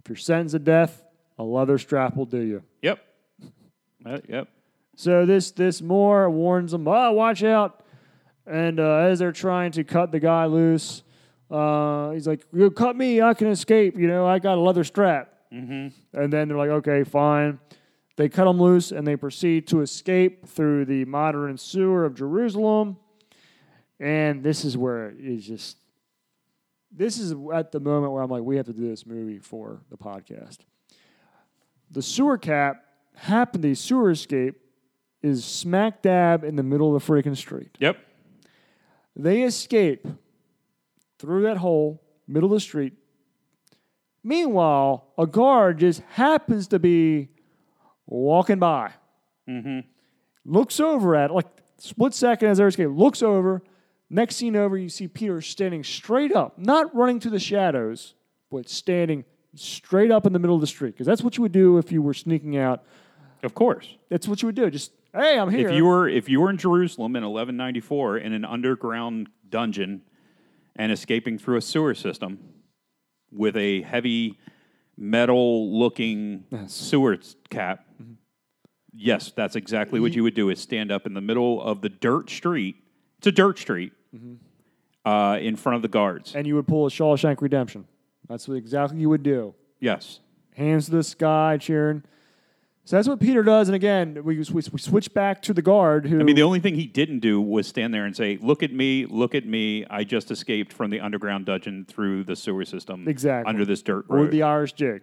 If you're sentenced to death, a leather strap will do you. Yep. Uh, yep. So this this Moore warns them, oh, watch out. And uh, as they're trying to cut the guy loose, uh, he's like, you cut me, I can escape. You know, I got a leather strap. Mm-hmm. And then they're like, okay, fine. They cut him loose and they proceed to escape through the modern sewer of Jerusalem. And this is where it is just. This is at the moment where I'm like, we have to do this movie for the podcast. The sewer cap happened, the sewer escape is smack dab in the middle of the freaking street. Yep. They escape through that hole, middle of the street. Meanwhile, a guard just happens to be walking by. Mm-hmm. Looks over at like split second as they're escaping. Looks over. Next scene over, you see Peter standing straight up, not running to the shadows, but standing straight up in the middle of the street because that's what you would do if you were sneaking out Of course. That's what you would do. Just hey, I'm here. If you were if you were in Jerusalem in 1194 in an underground dungeon and escaping through a sewer system with a heavy metal looking sewer s- cap, yes, that's exactly what you would do is stand up in the middle of the dirt street. It's a dirt street. Uh, in front of the guards. and you would pull a Shawshank Redemption. That's what exactly you would do. Yes. hands to the sky, cheering. So that's what Peter does. And again, we, we, we switch back to the guard who. I mean, the only thing he didn't do was stand there and say, "Look at me, look at me! I just escaped from the underground dungeon through the sewer system, Exactly. under this dirt or road." the Irish jig.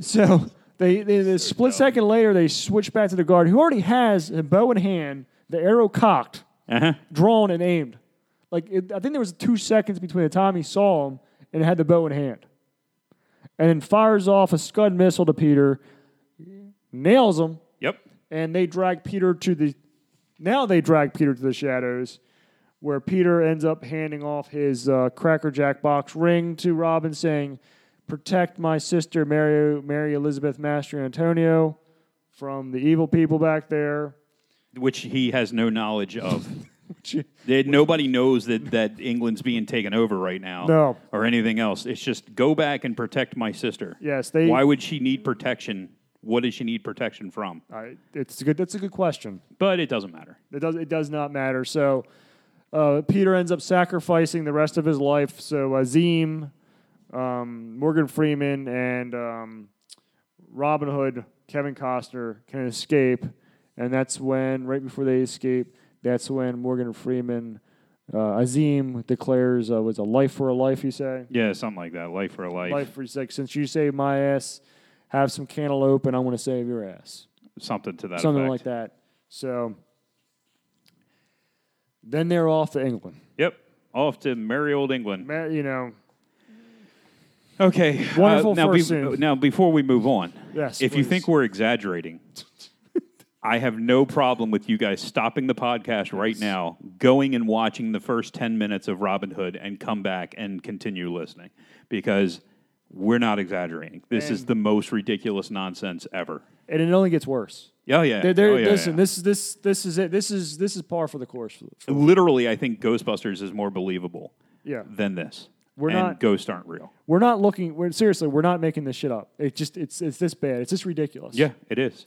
So they, they, they split second later, they switch back to the guard who already has a bow in hand, the arrow cocked, Uh-huh. drawn and aimed. Like it, I think there was two seconds between the time he saw him and had the bow in hand, and then fires off a scud missile to Peter, nails him, Yep. and they drag Peter to the. Now they drag Peter to the shadows, where Peter ends up handing off his uh, crackerjack box ring to Robin, saying, "Protect my sister Mary, Mary Elizabeth Master Antonio, from the evil people back there." Which he has no knowledge of. That Nobody knows that, that England's being taken over right now, No. or anything else. It's just go back and protect my sister. Yes, they- Why would she need protection? What does she need protection from? I, it's a good. That's a good question. But it doesn't matter. It does. It does not matter. So uh, Peter ends up sacrificing the rest of his life. So Azim, um, Morgan Freeman, and um, Robin Hood, Kevin Costner can escape, and that's when right before they escape, that's when Morgan Freeman. Uh, Azim declares uh, was a life for a life. You say Yeah, something like that. Life for a life. life for like since you saved my ass, have some cantaloupe, and I want to save your ass Something to that. something effect. like that. So then they're off to England. Yep. Off to merry old England. Ma- You know, Okay. uh, Wonderful now, first be- scene. now, before we move on, Yes, if you please. think we're exaggerating, I have no problem with you guys stopping the podcast right now, going and watching the first 10 minutes of Robin Hood, and come back and continue listening because we're not exaggerating. This is And- the most ridiculous nonsense ever. and it only gets worse. Oh, yeah. They're- they're- Oh, yeah, listen, yeah. this is this this is it. This is this is par for the course. For, for- Literally, I think Ghostbusters is more believable Yeah. than this. We're and not- ghosts aren't real. we're not looking. We're seriously, we're not making this shit up. It just it's it's this bad. It's just ridiculous. Yeah, it is.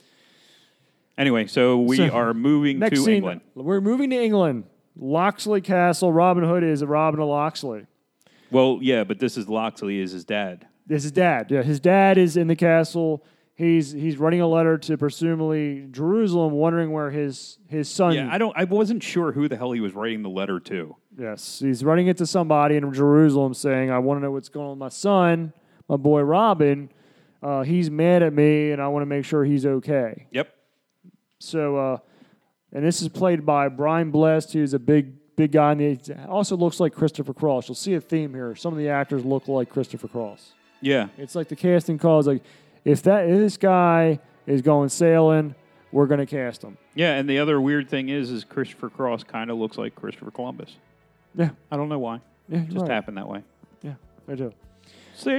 Anyway, so we So, are moving to Next scene, England. we're moving to England. Locksley Castle. Robin Hood is a Robin of Locksley. Well, yeah, but this is Loxley is his dad. This is dad. Yeah, his dad is in the castle. He's he's writing a letter to presumably Jerusalem, wondering where his his son. Yeah, I don't. I wasn't sure who the hell he was writing the letter to. Yes, he's running into somebody in Jerusalem saying, I want to know what's going on with my son, my boy Robin. Uh, he's mad at me, and I want to make sure he's okay. Yep. So, uh, and this is played by Brian Blessed, who's a big, big guy. And he also looks like Christopher Cross. You'll see a theme here. Some of the actors look like Christopher Cross. Yeah. It's like the casting call is like, if that if this guy is going sailing, we're going to cast him. Yeah, and the other weird thing is, is Christopher Cross kind of looks like Christopher Columbus. Yeah. I don't know why. Yeah, you're It just right. happened that way. Yeah, I do.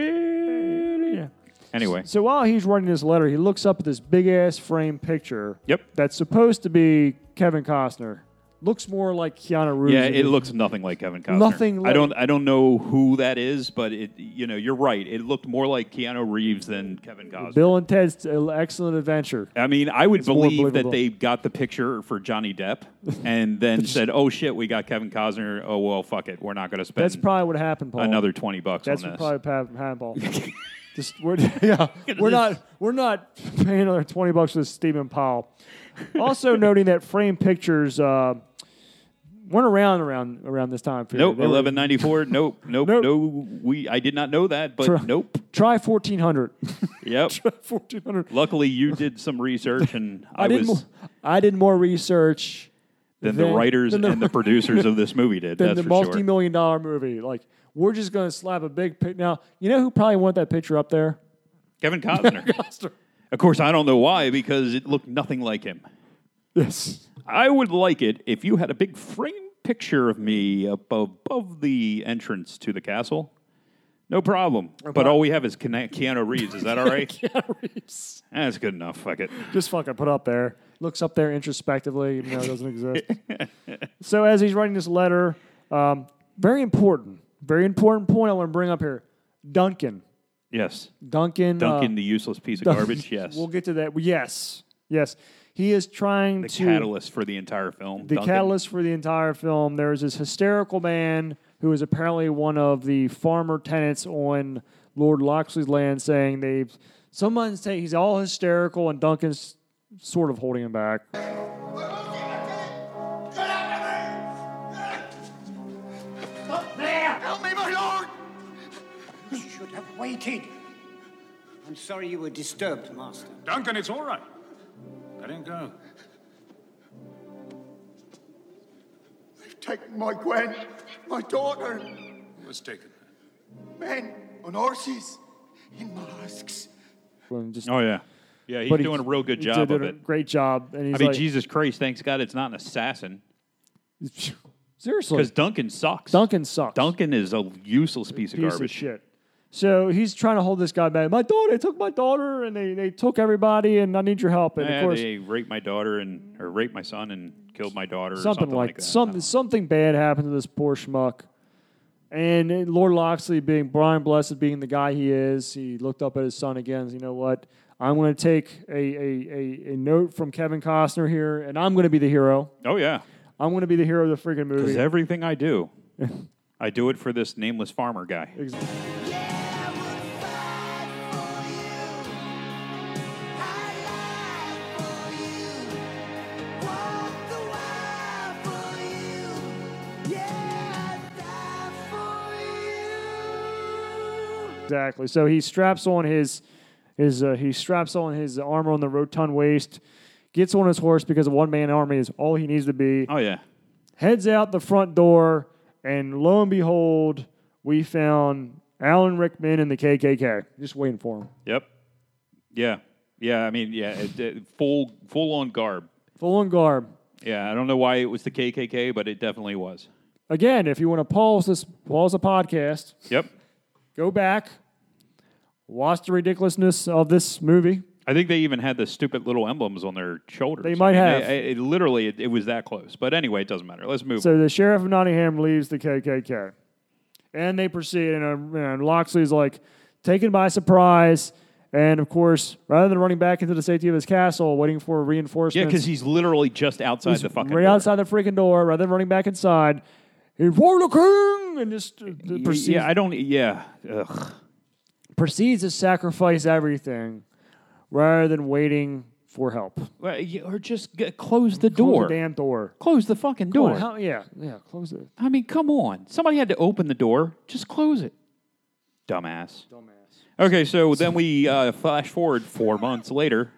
See. Yeah. Anyway. So while he's writing this letter, he looks up at this big ass frame picture. Yep. That's supposed to be Kevin Costner. Looks more like Keanu Reeves. Yeah, it looks nothing like Kevin Costner. Nothing I like- don't. I don't know who that is, but it. You know, you're right. It looked more like Keanu Reeves than Kevin Costner. Bill and Ted's uh, Excellent Adventure. I mean, I would It's more believe that believable. they got the picture for Johnny Depp and then said, "Oh shit, we got Kevin Costner. Oh well, fuck it, we're not going to spend That's probably what happened, Paul. another twenty bucks That's on what this." probably pa- happened, Paul. Just we're yeah, at we're this. not we're not paying another twenty bucks for this Stephen Powell. Also noting that Frame Pictures uh, weren't around around around this time period. nope, They were- eleven ninety four. Nope, nope, Nope. no. We I did not know that, but Try- nope, Try fourteen hundred. yep. fourteen hundred. Luckily, you did some research, and I, I did was more, I did more research than the than- writers than the- and the producers of this movie did. than That's the for multi sure. million dollar movie. Like we're just gonna slap a big pic. Now you know who probably want that picture up there? Kevin Costner. Costner. of course, I don't know why because it looked nothing like him. Yes. I would like it if you had a big frame picture of me up above the entrance to the castle No problem. But all we have is Kena- Keanu Reeves. Is that all right? Keanu Reeves. That's good enough. Fuck it. Just fucking put up there. Looks up there introspectively, even though it doesn't exist. so as he's writing this letter, um, very important, very important point I want to bring up here. Duncan. Yes. Duncan. uh, Duncan, the useless piece of Dun- garbage. Yes. We'll get to that. Yes. Yes. He is trying the to catalyst for the entire film. the Duncan. catalyst for the entire film. There is this hysterical man who is apparently one of the farmer tenants on Lord Loxley's land, saying they've someone's saying he's all hysterical, and Duncan's sort of holding him back. Up there! Help me, my lord! You should have waited. I'm sorry you were disturbed, Master. Duncan, it's all right. Let him go. They've taken my Gwen, my daughter, It was taken. men on horses, in masks. And just- Oh yeah. Yeah, he's But doing a real good he job did of a it. Great job. And he's I mean, like, Jesus Christ! Thanks God, it's not an assassin. Seriously. Because Duncan sucks. Duncan sucks. Duncan is a useless piece of piece garbage. of shit. So he's trying to hold this guy back. My daughter, they took my daughter, and they, they took everybody, and I need your help. And Yeah, of course, Eh, they raped my daughter and or raped my son and killed my daughter. something, or like, that. something something bad happened to this poor schmuck. And uh, Lord Loxley, being Brian Blessed, being the guy he is, he looked up at his son again. and said, You know what? I'm going to take a, a, a, a note from Kevin Costner here, and I'm going to be the hero. Oh yeah, I'm going to be the hero of the freaking because movie. everything I do, I do it for this nameless farmer guy. Exactly. So he straps on his his uh, he straps on his armor on the rotund waist, gets on his horse because a one man army is all he needs to be. Oh yeah, Heads out the front door, and lo and behold, we found Alan Rickman and the KKK just waiting for him. Yep. Yeah. Yeah. I mean, yeah. It, it- full full on garb. Full on garb. Yeah. I don't know why it was the KKK, but it definitely was. Again, if you want to pause this pause the podcast, Yep. go back, watch the ridiculousness of this movie. I think they even had the stupid little emblems on their shoulders. They might I have. mean, I- I- it literally, it, it was that close. But anyway, it doesn't matter. Let's move. So the sheriff of Nottingham leaves the KKK, and they proceed. And, uh, and Loxley's like taken by surprise, and of course, rather than running back into the safety of his castle, waiting for yeah, reinforcements, because he's literally just outside he's the fucking. right door. outside the freaking door, rather than running back inside, he for the king, and just uh, Y- proceeds, Yeah, I don't. Yeah. Ugh. proceeds to sacrifice everything rather than waiting for help. Well, y- Or just g- close the Close door. the damn door. Close the fucking Come on, door. how- yeah, yeah, close it. I mean, come on. Somebody had to open the door. Just close it. Dumbass. Dumbass. Okay, so then we uh, flash forward four months later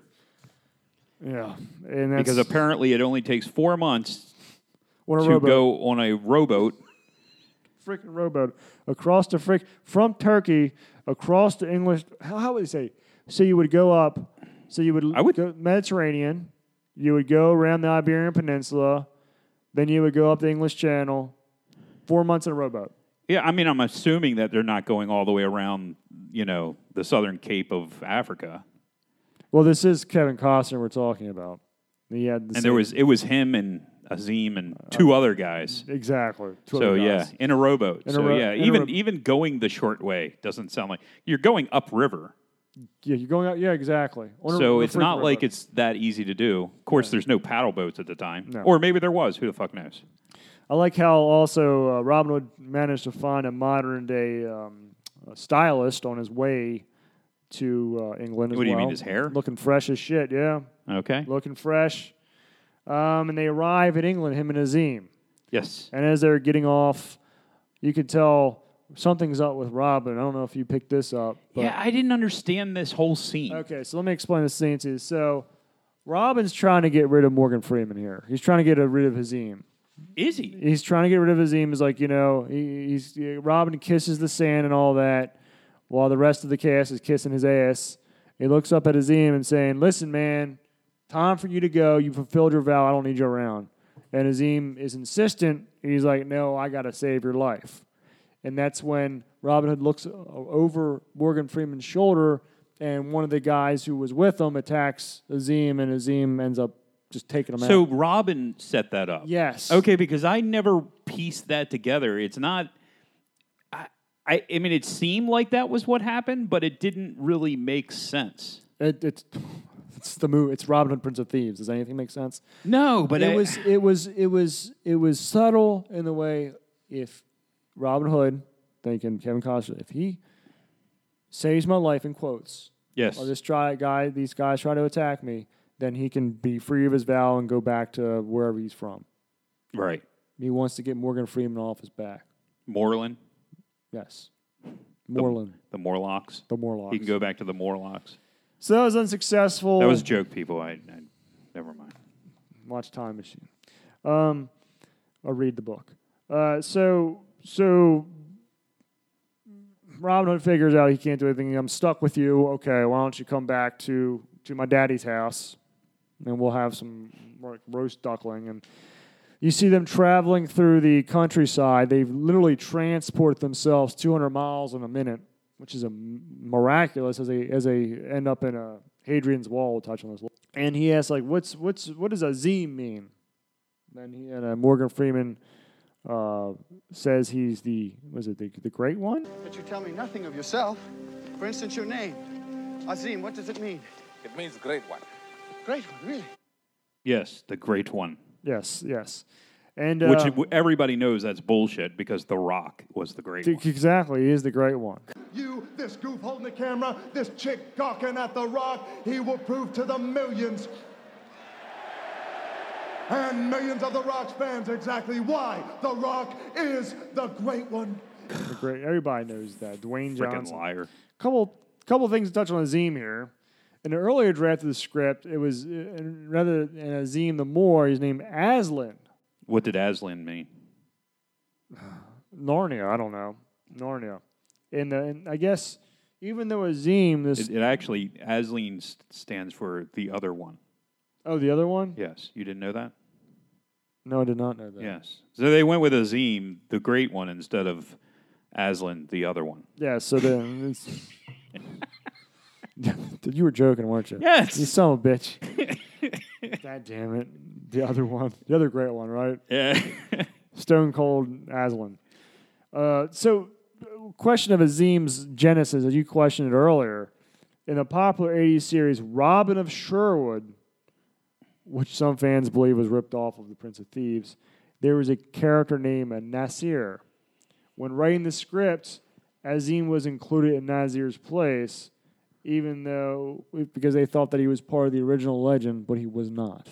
Yeah, and that's because apparently it only takes four months What a to rowboat. go on a rowboat. freaking rowboat across the frick from Turkey across the English. How, how would they say? So you would go up. So you would, I would go Mediterranean. You would go around the Iberian Peninsula. Then you would go up the English Channel. Four months in a rowboat. Yeah, I mean, I'm assuming that they're not going all the way around, you know, the southern Cape of Africa. Well, this is Kevin Costner we're talking about. He had the and there same- was it was him and Azim and two Uh, other guys. exactly. two so other yeah, guys. in a rowboat. In a so row- yeah, in a even row- even going the short way doesn't sound like you're going upriver. yeah, you're going out. Yeah, exactly. On a- So on a it's not freaking like rowboat. it's that easy to do. Of course, there's no paddle boats at the time, No. or maybe there was. Who the fuck knows? I like how also uh, Robin Hood managed to find a modern day um, uh stylist on his way to uh, England. as What do you mean, well. his hair? looking fresh as shit? Yeah, Okay. looking fresh. Um, and they arrive in England, him and Azim. Yes. And as they're getting off, you could tell something's up with Robin. I don't know if you picked this up. But yeah, I didn't understand this whole scene. Okay, so let me explain the scene to you. So Robin's trying to get rid of Morgan Freeman here. He's trying to get rid of Hazim. Is he? He's trying to get rid of Hazim. Is like you know he, he's yeah, Robin kisses the sand and all that, while the rest of the cast is kissing his ass. He looks up at Hazim and saying, "Listen, man, time for you to go. You fulfilled your vow. I don't need you around." And Hazim is insistent. He's like, "No, I got to save your life." And that's when Robin Hood looks o- over Morgan Freeman's shoulder, and one of the guys who was with him attacks Azim, and Azim ends up just taking him So out. Robin set that up. Yes. Okay, because I never pieced that together. It's not. I, I, I mean, it seemed like that was what happened, but it didn't really make sense. It, it's it's the movie. It's Robin Hood, Prince of Thieves. Does anything make sense? No, but it I- was it was it was it was subtle in the way if Robin Hood, thinking Kevin Costner, if he saves my life in quotes, Yes. or this try guy, these guys try to attack me, then he can be free of his vow and go back to wherever he's from. Right. He wants to get Morgan Freeman off his back. Moreland. Yes, Moreland. The Morlocks. The Morlocks. He can go back to the Morlocks. So that was unsuccessful. That was a joke, people. I, I never mind. watch Time Machine, um, or read the book. Uh, so so Robin Hood figures out he can't do anything. I'm stuck with you. Okay, why don't you come back to to my daddy's house, and we'll have some like roast duckling and. You see them traveling through the countryside. They literally transport themselves 200 miles in a minute, which is a m- miraculous as they as they end up in a Hadrian's Wall. We'll touch on this. And he asks like, "What's what's what does Azim mean?" Then he and uh, Morgan Freeman uh, says he's the was it the, the great one? But you tell me nothing of yourself. For instance, your name. Azim, what does it mean? It means great one. Great one, really. Yes, the great one. Yes, yes. And Which uh, it- everybody knows that's bullshit because The Rock was the great t- one. exactly, he is the great one. You, this goof holding the camera, this chick gawking at the rock, he will prove to the millions and millions of the Rock's fans exactly why the Rock is the great one. The great, everybody knows that. Dwayne Frickin' Johnson. liar. Couple couple things to touch on Azim here. In an earlier draft of the script, it was uh, and rather than Azim the Moor, he's named Aslan What did Aslan mean? Narnia. I don't know Narnia. And, uh, and I guess even though Azim, this It, it actually, Aslan s- stands for the other one. oh the other one, Yes. You didn't know that? no, I did not know that. Yes. So they went with Azim, the great one, instead of Aslan, the other one. Yeah, so then it's- you were joking, weren't you? Yes. You son of a bitch. God damn it. The other one. The other great one, right? Yeah. Stone Cold Aslan. Uh, so, uh, question of Azim's genesis, as you questioned it earlier. In the popular 80s series, Robin of Sherwood, which some fans believe was ripped off of The Prince of Thieves, there was a character named Nasir. When writing the script, Azim was included in Nasir's place, even though because they thought that he was part of the original legend, but he was not.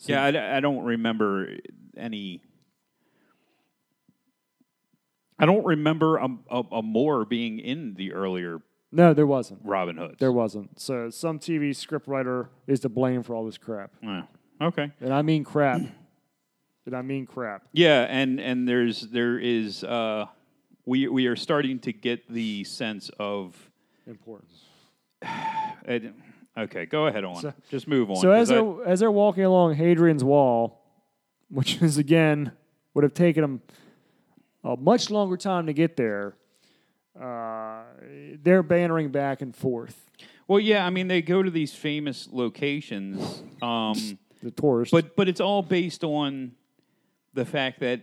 yeah, I d- I, don't remember any. I don't remember a, a, a Moor being in the earlier No, there wasn't. Robin Hood. There wasn't. So some TV scriptwriter is to blame for all this crap. Yeah. Okay. And I mean crap. and I mean crap. Yeah, and and there's there is uh, we we are starting to get the sense of importance. okay, go ahead on. So- Just move on. So as 'cause I- they're, as they're walking along Hadrian's Wall, which is again would have taken them a much longer time to get there, uh, they're bantering back and forth. Well, yeah, I mean they go to these famous locations. Um, the tourists, but but it's all based on the fact that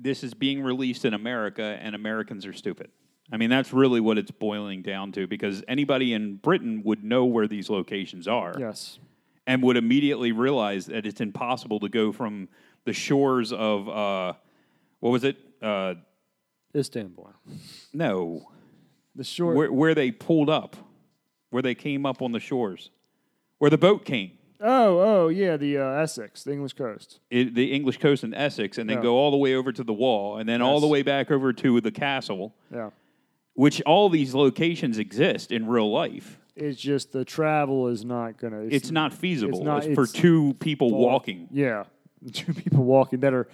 this is being released in America and Americans are stupid. I mean that's really what it's boiling down to because anybody in Britain would know where these locations are. Yes. and would immediately realize that it's impossible to go from the shores of uh, what was it? Uh, Istanbul. No, the shore where, where they pulled up, where they came up on the shores, where the boat came, Oh, oh, yeah, the uh, Essex, the English coast. it, the English coast and Essex, and then No. go all the way over to the wall, and then all the Yes. way back over to the castle, Yeah. which all these locations exist in real life. It's just the travel is not going to. It's not feasible. not- It's for it's- two people Well, walking. Yeah, two people walking that are.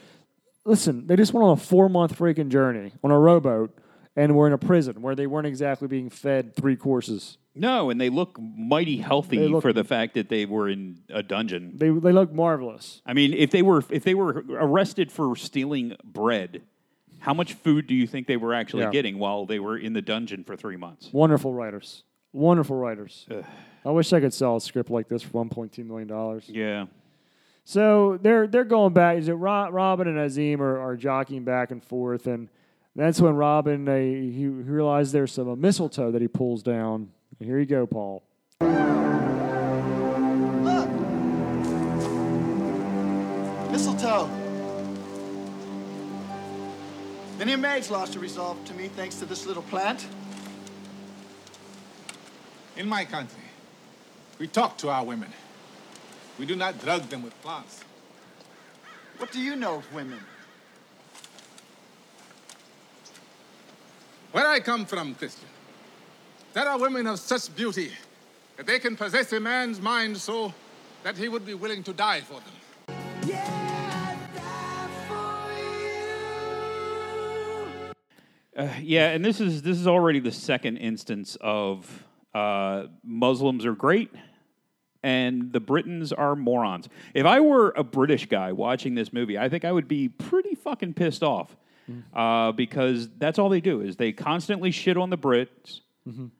Listen, they just went on a four month freaking journey on a rowboat, and were in a prison where they weren't exactly being fed three courses. No, and they look mighty healthy They look- for the fact that they were in a dungeon. They they look marvelous. I mean, if they were if they were arrested for stealing bread, How much food do you think they were actually Yeah. getting while they were in the dungeon for three months? Wonderful writers. Wonderful writers. I wish I could sell a script like this for $1.2 million. Yeah. So they're they're going back. Is it Ro- Robin and Azim are, are jockeying back and forth, and that's when Robin uh, he, he realized there's some uh, mistletoe that he pulls down. Here you go, Paul. Mistletoe. Many a maid's lost her resolve to me thanks to this little plant. In my country, we talk to our women. We do not drug them with plants. What do you know of women? Where I come from, Christian, there are women of such beauty that they can possess a man's mind so that he would be willing to die for them. Uh, yeah, and this is this is already the second instance of uh, Muslims are great and the Britons are morons. If I were a British guy watching this movie, I think I would be pretty fucking pissed off uh, because that's all they do is they constantly shit on the Brits Mhm.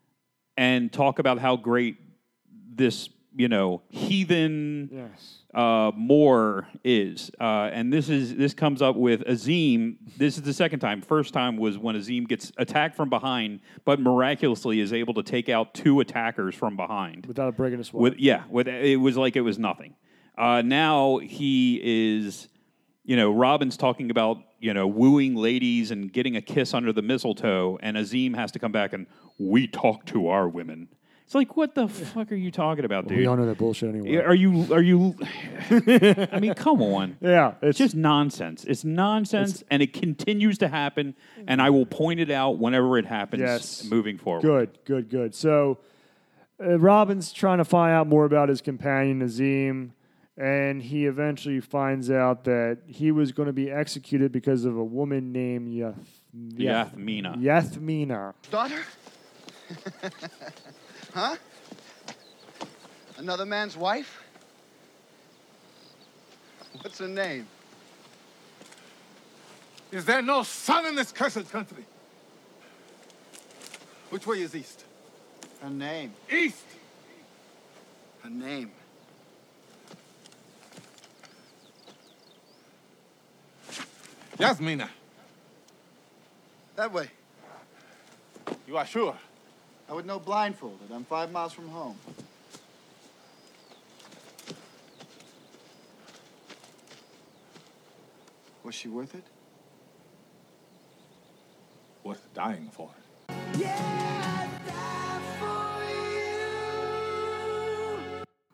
and talk about how great this you know heathen uh, Moor is, uh, and this is this comes up with Azim. This is the second time. First time was when Azim gets attacked from behind, but miraculously is able to take out two attackers from behind without breaking a sweat. with yeah with it was like it was nothing uh, now he is you know robin's talking about you know wooing ladies and getting a kiss under the mistletoe and azim has to come back and we talk to our women it's like what the fuck are you talking about dude we all know that bullshit anyway. Yeah, are you are you i mean come on yeah it's just nonsense it's nonsense and it continues to happen and i will point it out whenever it happens Yes. moving forward Good, good, good. So uh, Robin's trying to find out more about his companion Azim, and he eventually finds out that he was going to be executed because of a woman named Yath- Yath- Yathmina. Yathmina. Daughter? huh? Another man's wife? What's her name? Is there no sun in this cursed country? Which way is east? Her name. East! Her name. Yasmina, That way. you are sure? I would know blindfolded. I'm five miles from home. Was she worth it? Worth dying for.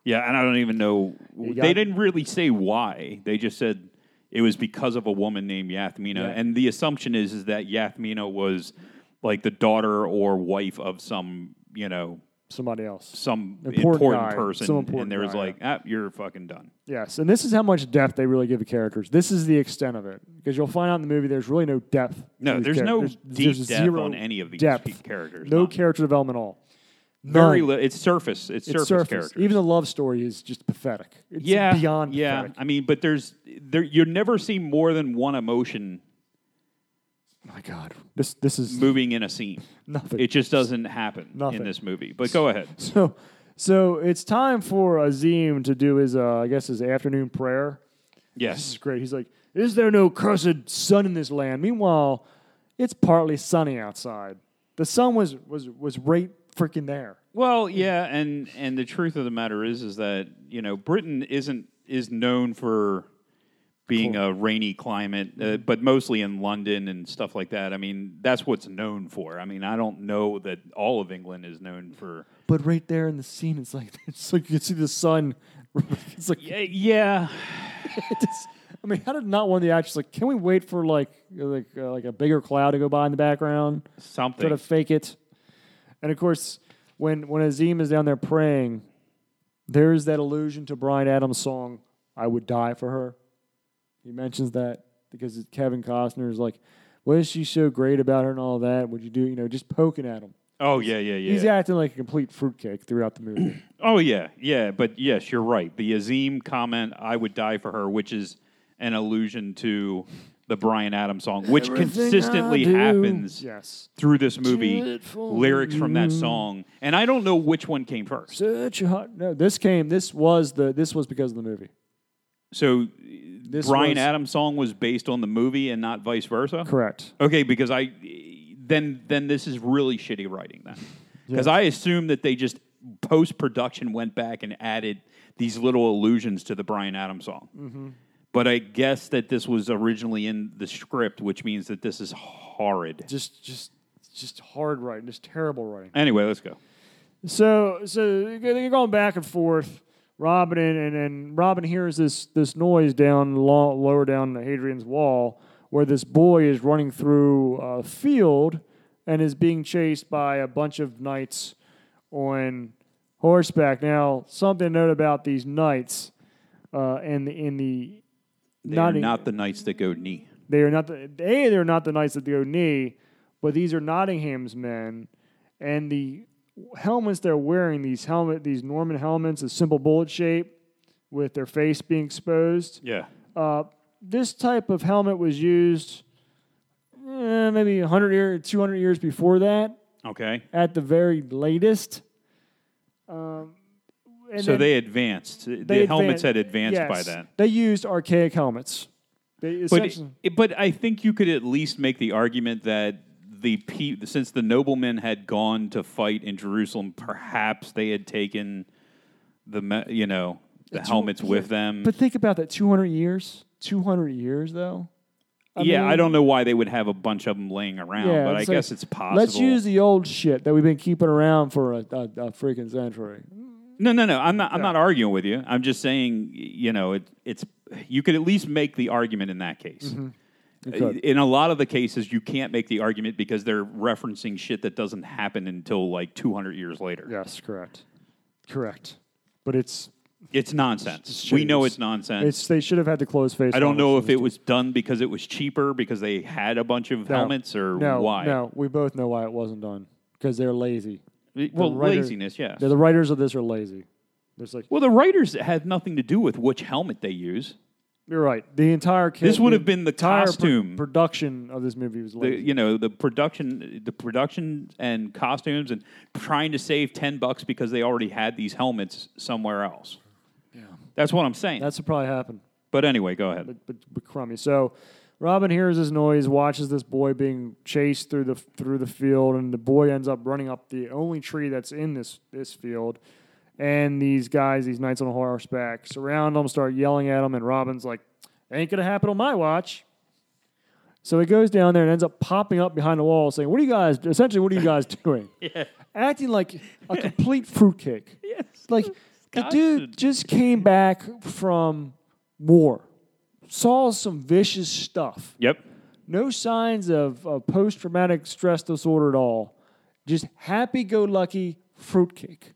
Yeah, and I don't even know. they didn't really say why. They just said it was because of a woman named Yathmina, Yeah. and the assumption is is that Yathmina was like the daughter or wife of some, you know, somebody else, some important, Important guy. person, Some important and there was guy, like, ah, you're fucking done. Yes, and this is how much depth they really give the characters. This is the extent of it because you'll find out in the movie there's really no depth. to No, these there's no characters. deep there's depth zero on any of these depth. pe- characters, No none. character development at all. Very, None. li- it's surface. It's, surface, characters. Even the love story is just pathetic. It's yeah, beyond yeah. pathetic. I mean, but there's there you never see more than one emotion My God, this this is moving in a scene. Nothing. It just doesn't happen Nothing. in this movie. But go ahead. So, so it's time for Azim to do his, uh, I guess, his afternoon prayer. This Yes. is great. He's like, "Is there no cursed sun in this land?" Meanwhile, it's partly sunny outside. The sun was was was right freaking there. Well, yeah, and and the truth of the matter is is that you know Britain isn't is known for being a rainy climate, uh, Mm-hmm. but mostly in London and stuff like that. I mean, that's what's known for. I mean, I don't know that all of England is known for. But right there in the scene, it's like it's like you can see the sun. It's like yeah. yeah. I mean, how did not one of the actors like? Can we wait for like like uh, like a bigger cloud to go by in the background? Something. Sort of fake it. And of course, when when Azim is down there praying, there is that allusion to Brian Adams' song "I Would Die for Her." He mentions that because it's Kevin Costner is like, "What is she so great about her and all that? Would you do you know just poking at him?" Oh yeah, yeah, yeah. He's acting like a complete fruitcake throughout the movie. Oh yeah, yeah, but yes, you're right. The Azim comment, "I would die for her," which is an allusion to the Brian Adams song, which Everything consistently I do. happens Yes. through this Do movie. it for Lyrics from that you. song, and I don't know which one came first. Such a hot. No, this came. This was the. This was because of the movie. So This Brian was- Adams song was based on the movie and not vice versa. Correct. Okay, because I then then this is really shitty writing then. Because I assume that they just post production went back and added these little allusions to the Brian Adams song. Mm-hmm. But I guess that this was originally in the script, which means that this is horrid. Just just just hard writing. Just terrible writing. Anyway, let's go. So so they're going back and forth. Robin and, and, and Robin hears this this noise down lo- lower down Hadrian's wall, where this boy is running through a field and is being chased by a bunch of knights on horseback. Now something to note about these knights, uh, and in the They not e- are in- not the knights that go knee. they are not the a. They're not the knights that go knee, but these are Nottingham's men, and the helmets they're wearing these helmet these Norman helmets, a simple bullet shape, with their face being exposed. Yeah. Uh, this type of helmet was used eh, maybe 100 year, 200 years before that, Okay. at the very latest. Um, and so then they advanced. The they helmets advan- had advanced by yes, then. They used archaic helmets. They But, essentially, it- but I think you could at least make the argument that the pe- since the noblemen had gone to fight in Jerusalem, perhaps they had taken the me- you know the It's- helmets with yeah, them. But think about that 200 years. 200 years, though. yeah, I mean, don't know why they would have a bunch of them laying around, yeah, but I like, guess it's possible. Let's use the old shit that we've been keeping around for a, a, a freaking century. No, no, no. I'm not. I'm not arguing with you. I'm just saying, you know, it, it's you could at least make the argument in that case. Mm-hmm. You Uh, could. In a lot of the cases, you can't make the argument because they're referencing shit that doesn't happen until like 200 years later. Yes, correct. Correct. But it's It's nonsense. we know it's nonsense. It's they should have had the closed face. I don't know helmets. if it was done because it was cheaper, because they had a bunch of No. helmets, or no, why. No, we both know why it wasn't done because they're lazy. The It- well, writer- laziness, yes. The writers of this are lazy. There's like Well, the writers had nothing to do with which helmet they use. you're right. The entire kit, This would have been the entire pro- costume. production of this movie was The, lazy. you know the production, the production and costumes, and trying to save ten bucks because they already had these helmets somewhere else. Yeah, that's what I'm saying. That's what probably happened. But anyway, go ahead. but, but crummy. So Robin hears this noise, watches this boy being chased through the through the field, and the boy ends up running up the only tree that's in this this field. And these guys, these knights on horseback, surround him, start yelling at him, and Robin's like, "Ain't gonna happen on my watch." So he goes down there and ends up popping up behind the wall, saying, "What are you guys? Essentially, what are you guys doing? Yeah. Acting like a complete fruitcake. Yes, like the dude just came back from war, saw some vicious stuff. Yep. No signs of, of post traumatic stress disorder at all. Just happy go lucky fruitcake.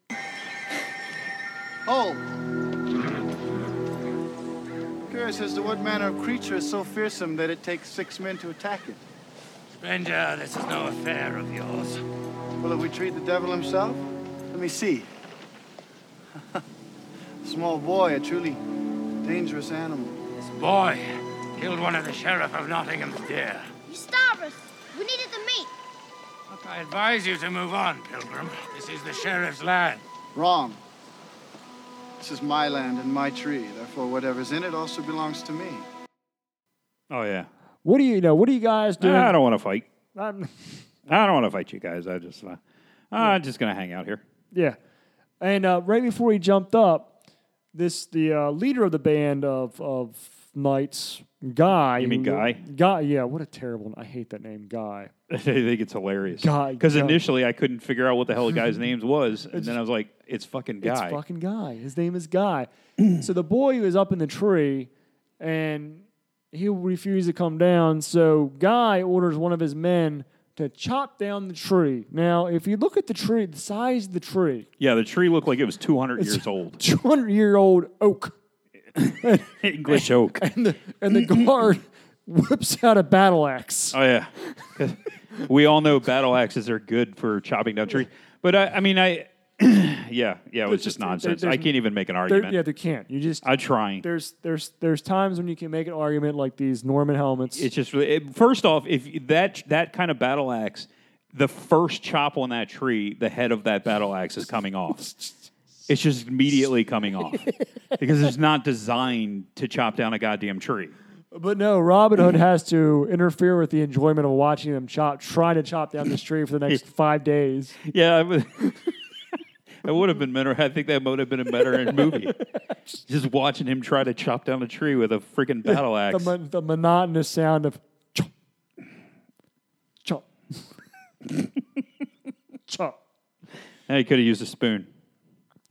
Hold. Curious as to what manner of creature is so fearsome that it takes six men to attack it. Bender, this is no affair of yours. Will it retrieve the devil himself? Let me see. Small boy, a truly dangerous animal. This boy killed one of the sheriff of Nottingham's deer. You starved us. We needed the meat. I advise you to move on, Pilgrim. This is the sheriff's land. Wrong. This is my land and my tree, therefore whatever's in it also belongs to me. Oh yeah. What do you, you know? What do you guys do? I don't want to fight. I'm- I don't want to fight you guys. I just, uh, I'm just gonna hang out here. Yeah, and uh, right before he jumped up, this the uh, leader of the band of of knights, guy. You mean who- Guy? Guy. Yeah. What a terrible. I hate that name, Guy. I think it's hilarious. God, Because God. initially I couldn't figure out what the hell the guy's name was, and then I was like, it's fucking guy. It's fucking guy. His name is Guy. so the boy was up in the tree, and he refused to come down. So Guy orders one of his men to chop down the tree. Now, if you look at the tree, the size of the tree, yeah, the tree looked like it was 200 It's- years old. 200 year old oak, English oak. and the and the guard whips out a battle axe. Oh yeah. we all know battle axes are good for chopping down trees, but I, I mean, I yeah, yeah. It was just nonsense. I can't even make an There- argument. yeah, they can't. You just I'm trying. There's there's there's times when you can make an argument like these Norman helmets. It's just really, it, first off, if that that kind of battle axe, the first chop on that tree, the head of that battle axe is coming off. It's just immediately coming off because it's not designed to chop down a goddamn tree. But no, Robin Hood has to interfere with the enjoyment of watching them chop, trying to chop down this tree for the next five days. Yeah, I would, that would have been better. I think that would have been a better movie. Just watching him try to chop down a tree with a freaking battle The, axe. mon- the monotonous sound of chop, chop, chop. Hey, he could have used a spoon.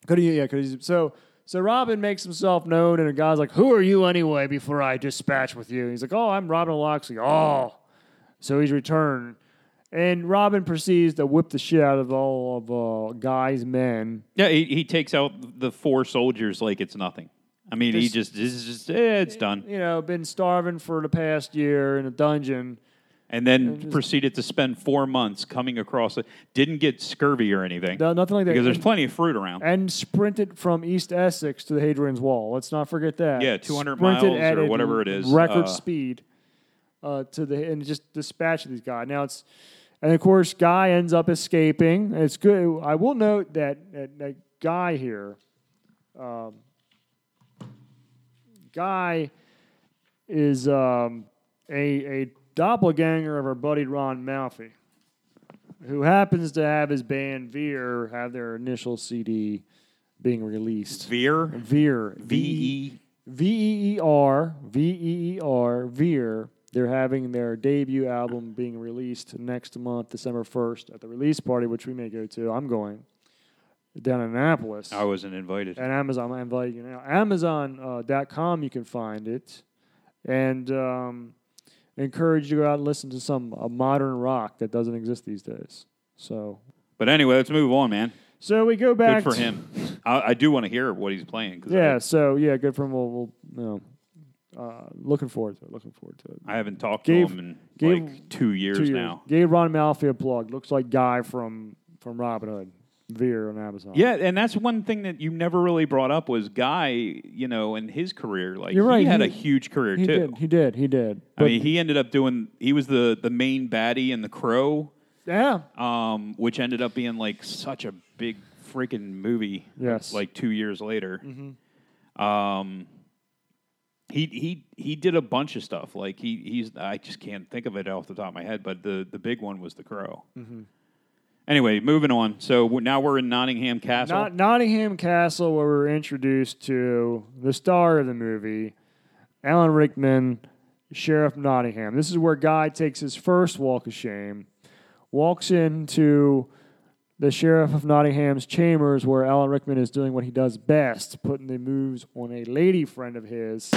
Could he? Yeah, could he? So, so Robin makes himself known, and a guy's like, "Who are you anyway?" Before I dispatch with you, he's like, "Oh, I'm Robin Loxley." Oh, so he's returned, and Robin proceeds to whip the shit out of all of uh, Guy's men. Yeah, he, he takes out the four soldiers like it's nothing. I mean, he This- just this is just eh, it's done, You know, been starving for the past year in a dungeon. and then just- proceeded to spend four months coming across it. Didn't get scurvy or anything. No, nothing like that. Because there's And- plenty of fruit around. And sprinted from East Essex to the Hadrian's Wall. Let's not forget that. Yeah, 200 Sprinted miles at or a whatever it is, Record uh, speed uh, to the and just dispatch these guys. Now it's and of course guy ends up escaping. And It's good. I will note that that, that guy here, um, guy is um, a a doppelganger of our buddy Ron Malfi who happens to have his band Veer have their initial CD being released. Veer? Veer. V E V E E R V E E R Veer. They're having their debut album being released next month, December first, at the release party, which we may go to. I'm going down in Annapolis. I wasn't invited. And Amazon, I'm inviting you now. Amazon.com, uh, dot com, you can find it. And um, encourage you to go out and listen to some uh, modern rock that doesn't exist these days. So, But anyway, let's move on, man. so we go back. Good for to- him. I, I do want to hear what he's playing because Yeah. So yeah, good for him. We'll, we'll you know, uh, looking forward to it. Looking forward to it. I, I haven't talked Gave- to him in gave like two years, Two now. Gave Ron Malfi a plug. Looks like guy from from Robin Hood, Veer on Amazon. Yeah, and that's one thing that you never really brought up was Guy. You know, in his career, like You're right, he had he- a huge career he too. did. He did. He did. I mean, he ended up doing. He was the the main baddie in The Crow, Yeah. um, which ended up being like such a big freaking movie. Yes. Mm-hmm. like two years later. Um, he he he did a bunch of stuff. Like he he's I just can't think of it off the top of my head, but the the big one was The Crow. Mm-hmm. Anyway, moving on. So we now we're in Nottingham Castle. Not- Nottingham Castle, where we were introduced to the star of the movie, Alan Rickman, Sheriff Nottingham. This is where Guy takes his first walk of shame, walks into the Sheriff of Nottingham's chambers, where Alan Rickman is doing what he does best, putting the moves on a lady friend of his.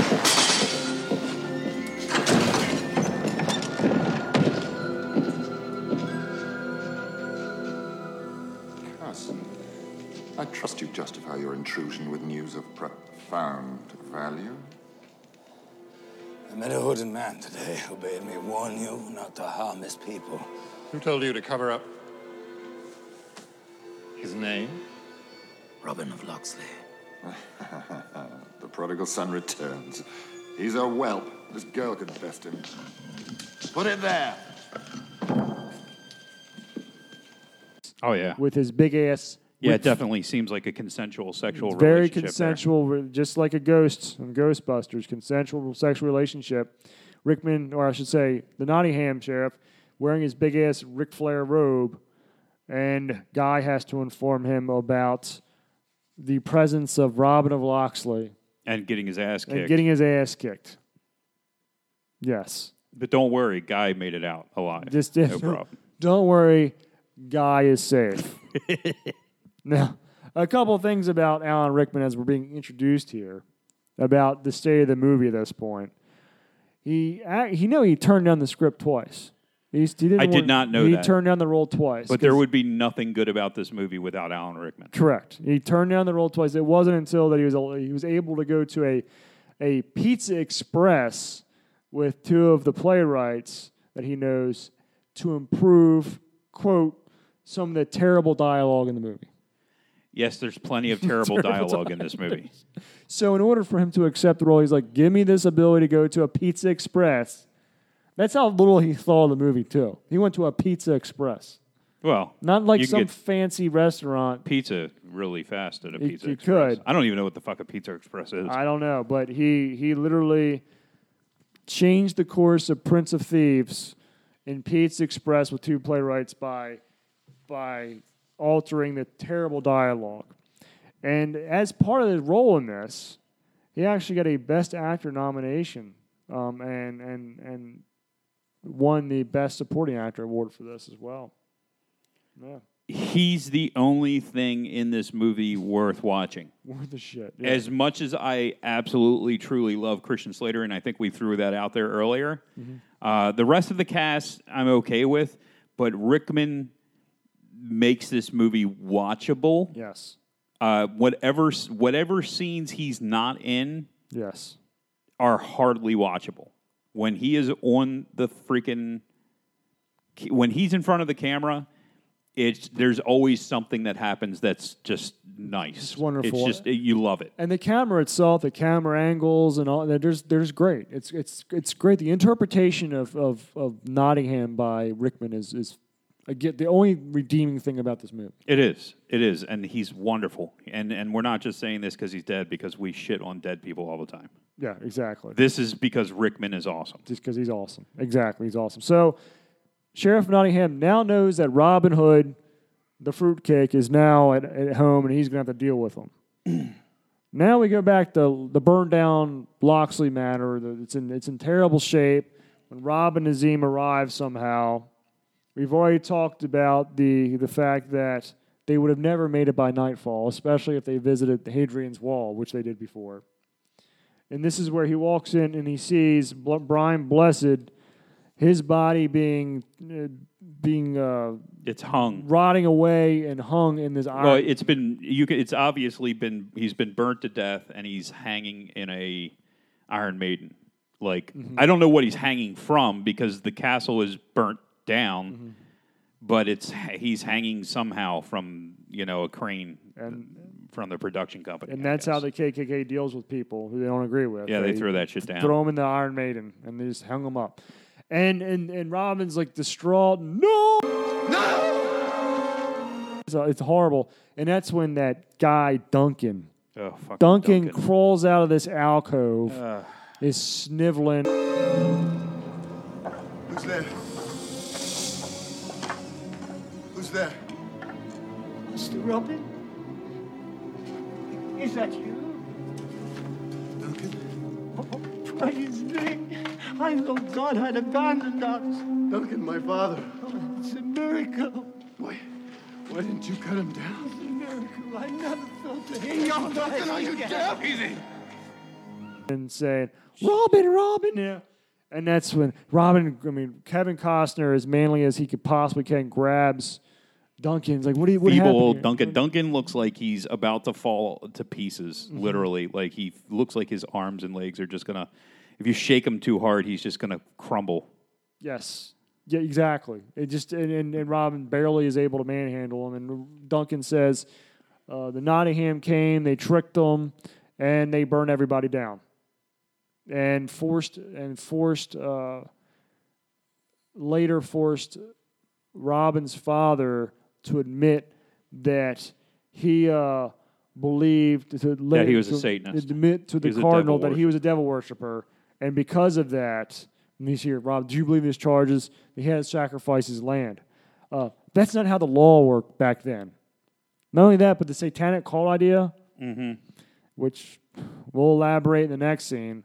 Carson, I trust you justify your intrusion with news of profound value. I met a hooded man today who bade me warn you not to harm his people. Who told you to cover up? His name? Robin of Locksley. the prodigal son returns. He's a whelp. This girl could best him. Put it there. oh yeah, with his big ass. yeah. with- It definitely seems like a consensual sexual It's very relationship. there. consensual, re- just like a ghost in Ghostbusters, consensual sexual relationship. Rickman, or I should say, the Nottingham sheriff, wearing his big ass Ric Flair robe, and Guy has to inform him about the presence of Robin of Locksley And getting his ass kicked. and getting his ass kicked. Yes. but don't worry, guy made it out alive. Just no problem. Don't worry, guy is safe. now, a couple of things about Alan Rickman as we're being introduced here about the state of the movie at this point. He ac- he know he turned down the script twice. He's, he didn't I did want- not know he that. turned down the role twice. But there 'cause- would be nothing good about this movie without Alan Rickman. Correct. He turned down the role twice. It wasn't until that he was al- he was able to go to a a Pizza Express with two of the playwrights that he knows to improve quote some of the terrible dialogue in the movie. Yes, there's plenty of terrible Terrible dialogue in this movie. So in order for him to accept the role, he's like, "Give me this ability to go to a Pizza Express." That's how little he saw the movie too. He went to a Pizza Express, Well, not like you can some get fancy restaurant. pizza really fast at a You- pizza. you Express. could. I don't even know what the fuck a pizza express is. I don't know, but he he literally changed the course of Prince of Thieves in Pizza Express with two playwrights by by altering the terrible dialogue. And as part of the role in this, he actually got a Best Actor nomination, um, and and and won the Best Supporting Actor award for this as well. Yeah, He's the only thing in this movie worth watching. worth the shit. Yeah. As much as I absolutely truly love Christian Slater, and I think we threw that out there earlier, Mhm. uh, the rest of the cast I'm okay with, but Rickman makes this movie watchable. Yes. Uh, whatever whatever scenes he's not in, yes, are hardly watchable. When he is on the freaking, when he's in front of the camera, it's there's always something that happens that's just nice. It's wonderful. It's just you love it. And the camera itself, the camera angles and all that there's there's great. It's it's it's great. The interpretation of of, of Nottingham by Rickman is is again the only redeeming thing about this movie. It is. It is, and he's wonderful. And and we're not just saying this because he's dead, because we shit on dead people all the time. Yeah, exactly. This is because Rickman is awesome. Just because he's awesome. Exactly, he's awesome. So Sheriff Nottingham now knows that Robin Hood, the fruitcake, is now at, at home and he's gonna have to deal with him. now we go back to the burned down Loxley Manor. The- It's in it's in terrible shape. When Robin and Azim arrive somehow, we've already talked about the the fact that they would have never made it by nightfall, especially if they visited Hadrian's Wall, which they did before. And this is where he walks in and he sees Bl- Brian Blessed, his body being uh, being uh, It's hung. rotting away and hung in this iron. Well, it's been you. Can, it's obviously been he's been burnt to death, and he's hanging in a Iron Maiden. Like Mm-hmm. I don't know what he's hanging from because the castle is burnt down, Mm-hmm. but it's he's hanging somehow from you know a crane from the production company. and that's how the KKK deals with people who they don't agree with. Yeah, they throw that shit down. Throw them in the Iron Maiden, and they just hung them up. And and and Robin's like distraught. No, no. So it's horrible, and that's when that guy Duncan, Oh, fucking Duncan, Duncan. crawls out of this alcove, Ugh. is sniveling. Who's there? Who's there? Mr. Robin? Is that you? Oh, Duncan? What is doing? I thought God had abandoned us. Duncan, my father. it's a miracle. Why didn't you cut him down? It's a miracle. I never thought to hear Hey, your Duncan, voice are you again. deaf? Easy. and saying, Robin, Robin. Yeah. And that's when Robin, I mean, Kevin Costner, as manly as he could possibly can, grabs Duncan's like, what do you, what feeble happened old here?" Duncan. Duncan looks like he's about to fall to pieces, Mhm. literally. Like he looks like his arms and legs are just gonna. If you shake him too hard, he's just gonna crumble. Yes. Yeah, exactly. It just, and, and, and Robin barely is able to manhandle him. And Duncan says, uh, the Nottingham came, they tricked them, and they burned everybody down. And forced, and forced, uh, later forced Robin's father to admit that he uh, believed to later, was a to Satanist. Admit to He the was a cardinal devil that he was a devil worshiper, and because of that, and he's here. Rob, do you believe in his charges? He had to sacrifice his land. Uh, that's not how the law worked back then. Not only that, but the satanic cult idea, Mm-hmm. which we'll elaborate in the next scene,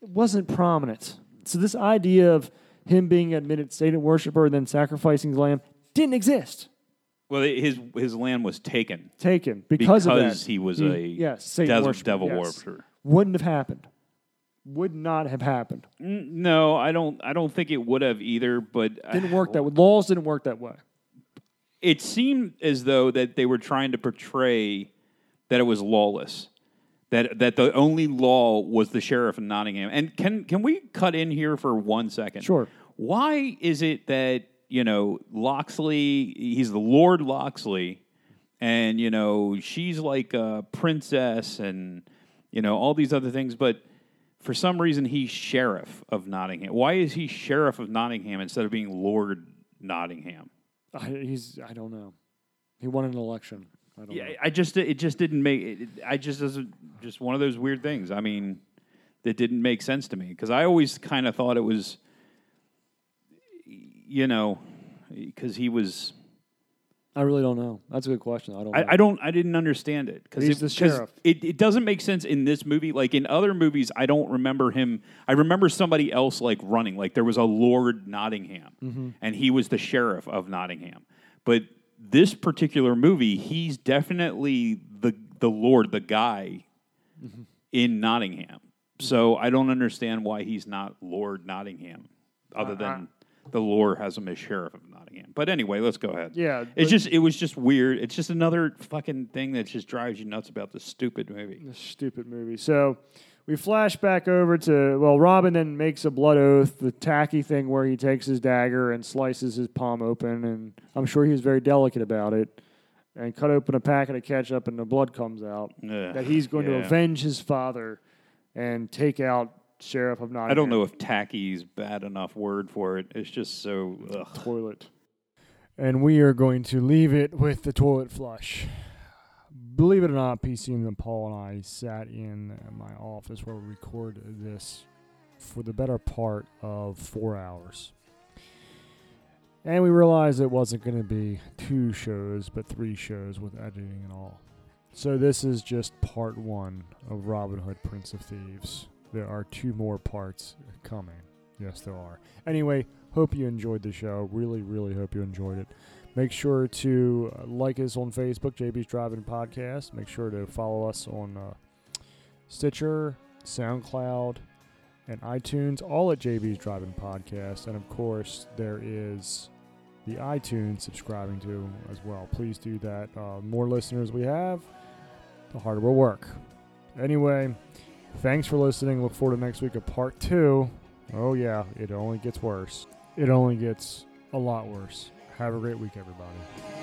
wasn't prominent. So this idea of him being admitted Satan worshiper and then sacrificing his lamb didn't exist. Well, his his land was taken. Taken because of Because that. he was a yes, Satan devil- worshiper, devil yes. worshiper. Wouldn't have happened. Would not have happened. N- No, I don't. I don't think it would have either. But uh, Didn't work that way. Laws didn't work that way. it seemed as though that they were trying to portray that it was lawless. That that the only law was the sheriff in Nottingham. And can can we cut in here for one second? Sure. Why is it that you know Loxley? He's the Lord Loxley, and you know she's like a princess and you know all these other things but for some reason he's sheriff of nottingham why is he sheriff of nottingham instead of being lord nottingham I, he's I don't know. He won an election. I don't yeah know. i just it just didn't make it, i just doesn't just one of those weird things i mean that didn't make sense to me because i always kind of thought it was you know because he was I really don't know. That's a good question. I don't. know. I, I don't. I didn't understand it because He's the sheriff. It, it doesn't make sense in this movie. Like in other movies, I don't remember him. I remember somebody else like running. Like there was a Lord Nottingham, Mm-hmm. Mhm. and he was the sheriff of Nottingham. But this particular movie, he's definitely the the Lord, the guy Mhm. in Nottingham. So I don't understand why he's not Lord Nottingham, other Uh, than the lore has him as sheriff of Nottingham. But anyway, let's go ahead. Yeah, It's the- just it was just weird. It's just another fucking thing that just drives you nuts about this stupid movie. This stupid movie. So we flash back over to well, Robin then makes a blood oath, the tacky thing where he takes his dagger and slices his palm open, and I'm sure he was very delicate about it, and cut open a packet of ketchup, and the blood comes out. Ugh, that he's going yeah. to avenge his father and take out sheriff of Nottingham. I don't know if tacky's bad enough word for it. It's just so ugh. toilet. And we are going to leave it with the toilet flush. Believe it or not, PC and Paul and I sat in my office where we record this for the better part of four hours. And we realized it wasn't going to be two shows, but three shows with editing and all. So this is just part one of Robin Hood, Prince of Thieves. There are two more parts coming. Yes, there are. Anyway, hope you enjoyed the show. Really, really hope you enjoyed it. Make sure to uh, like us on Facebook, JB's Driving Podcast. Make sure to follow us on uh, Stitcher, SoundCloud, and iTunes, all at JB's Driving Podcast. And of course, there is the iTunes subscribing to as well. Please do that. Uh, more listeners we have, the harder we'll work. Anyway, thanks for listening. Look forward to next week of part two. Oh, yeah, it only gets worse. It only gets a lot worse. Have a great week, everybody.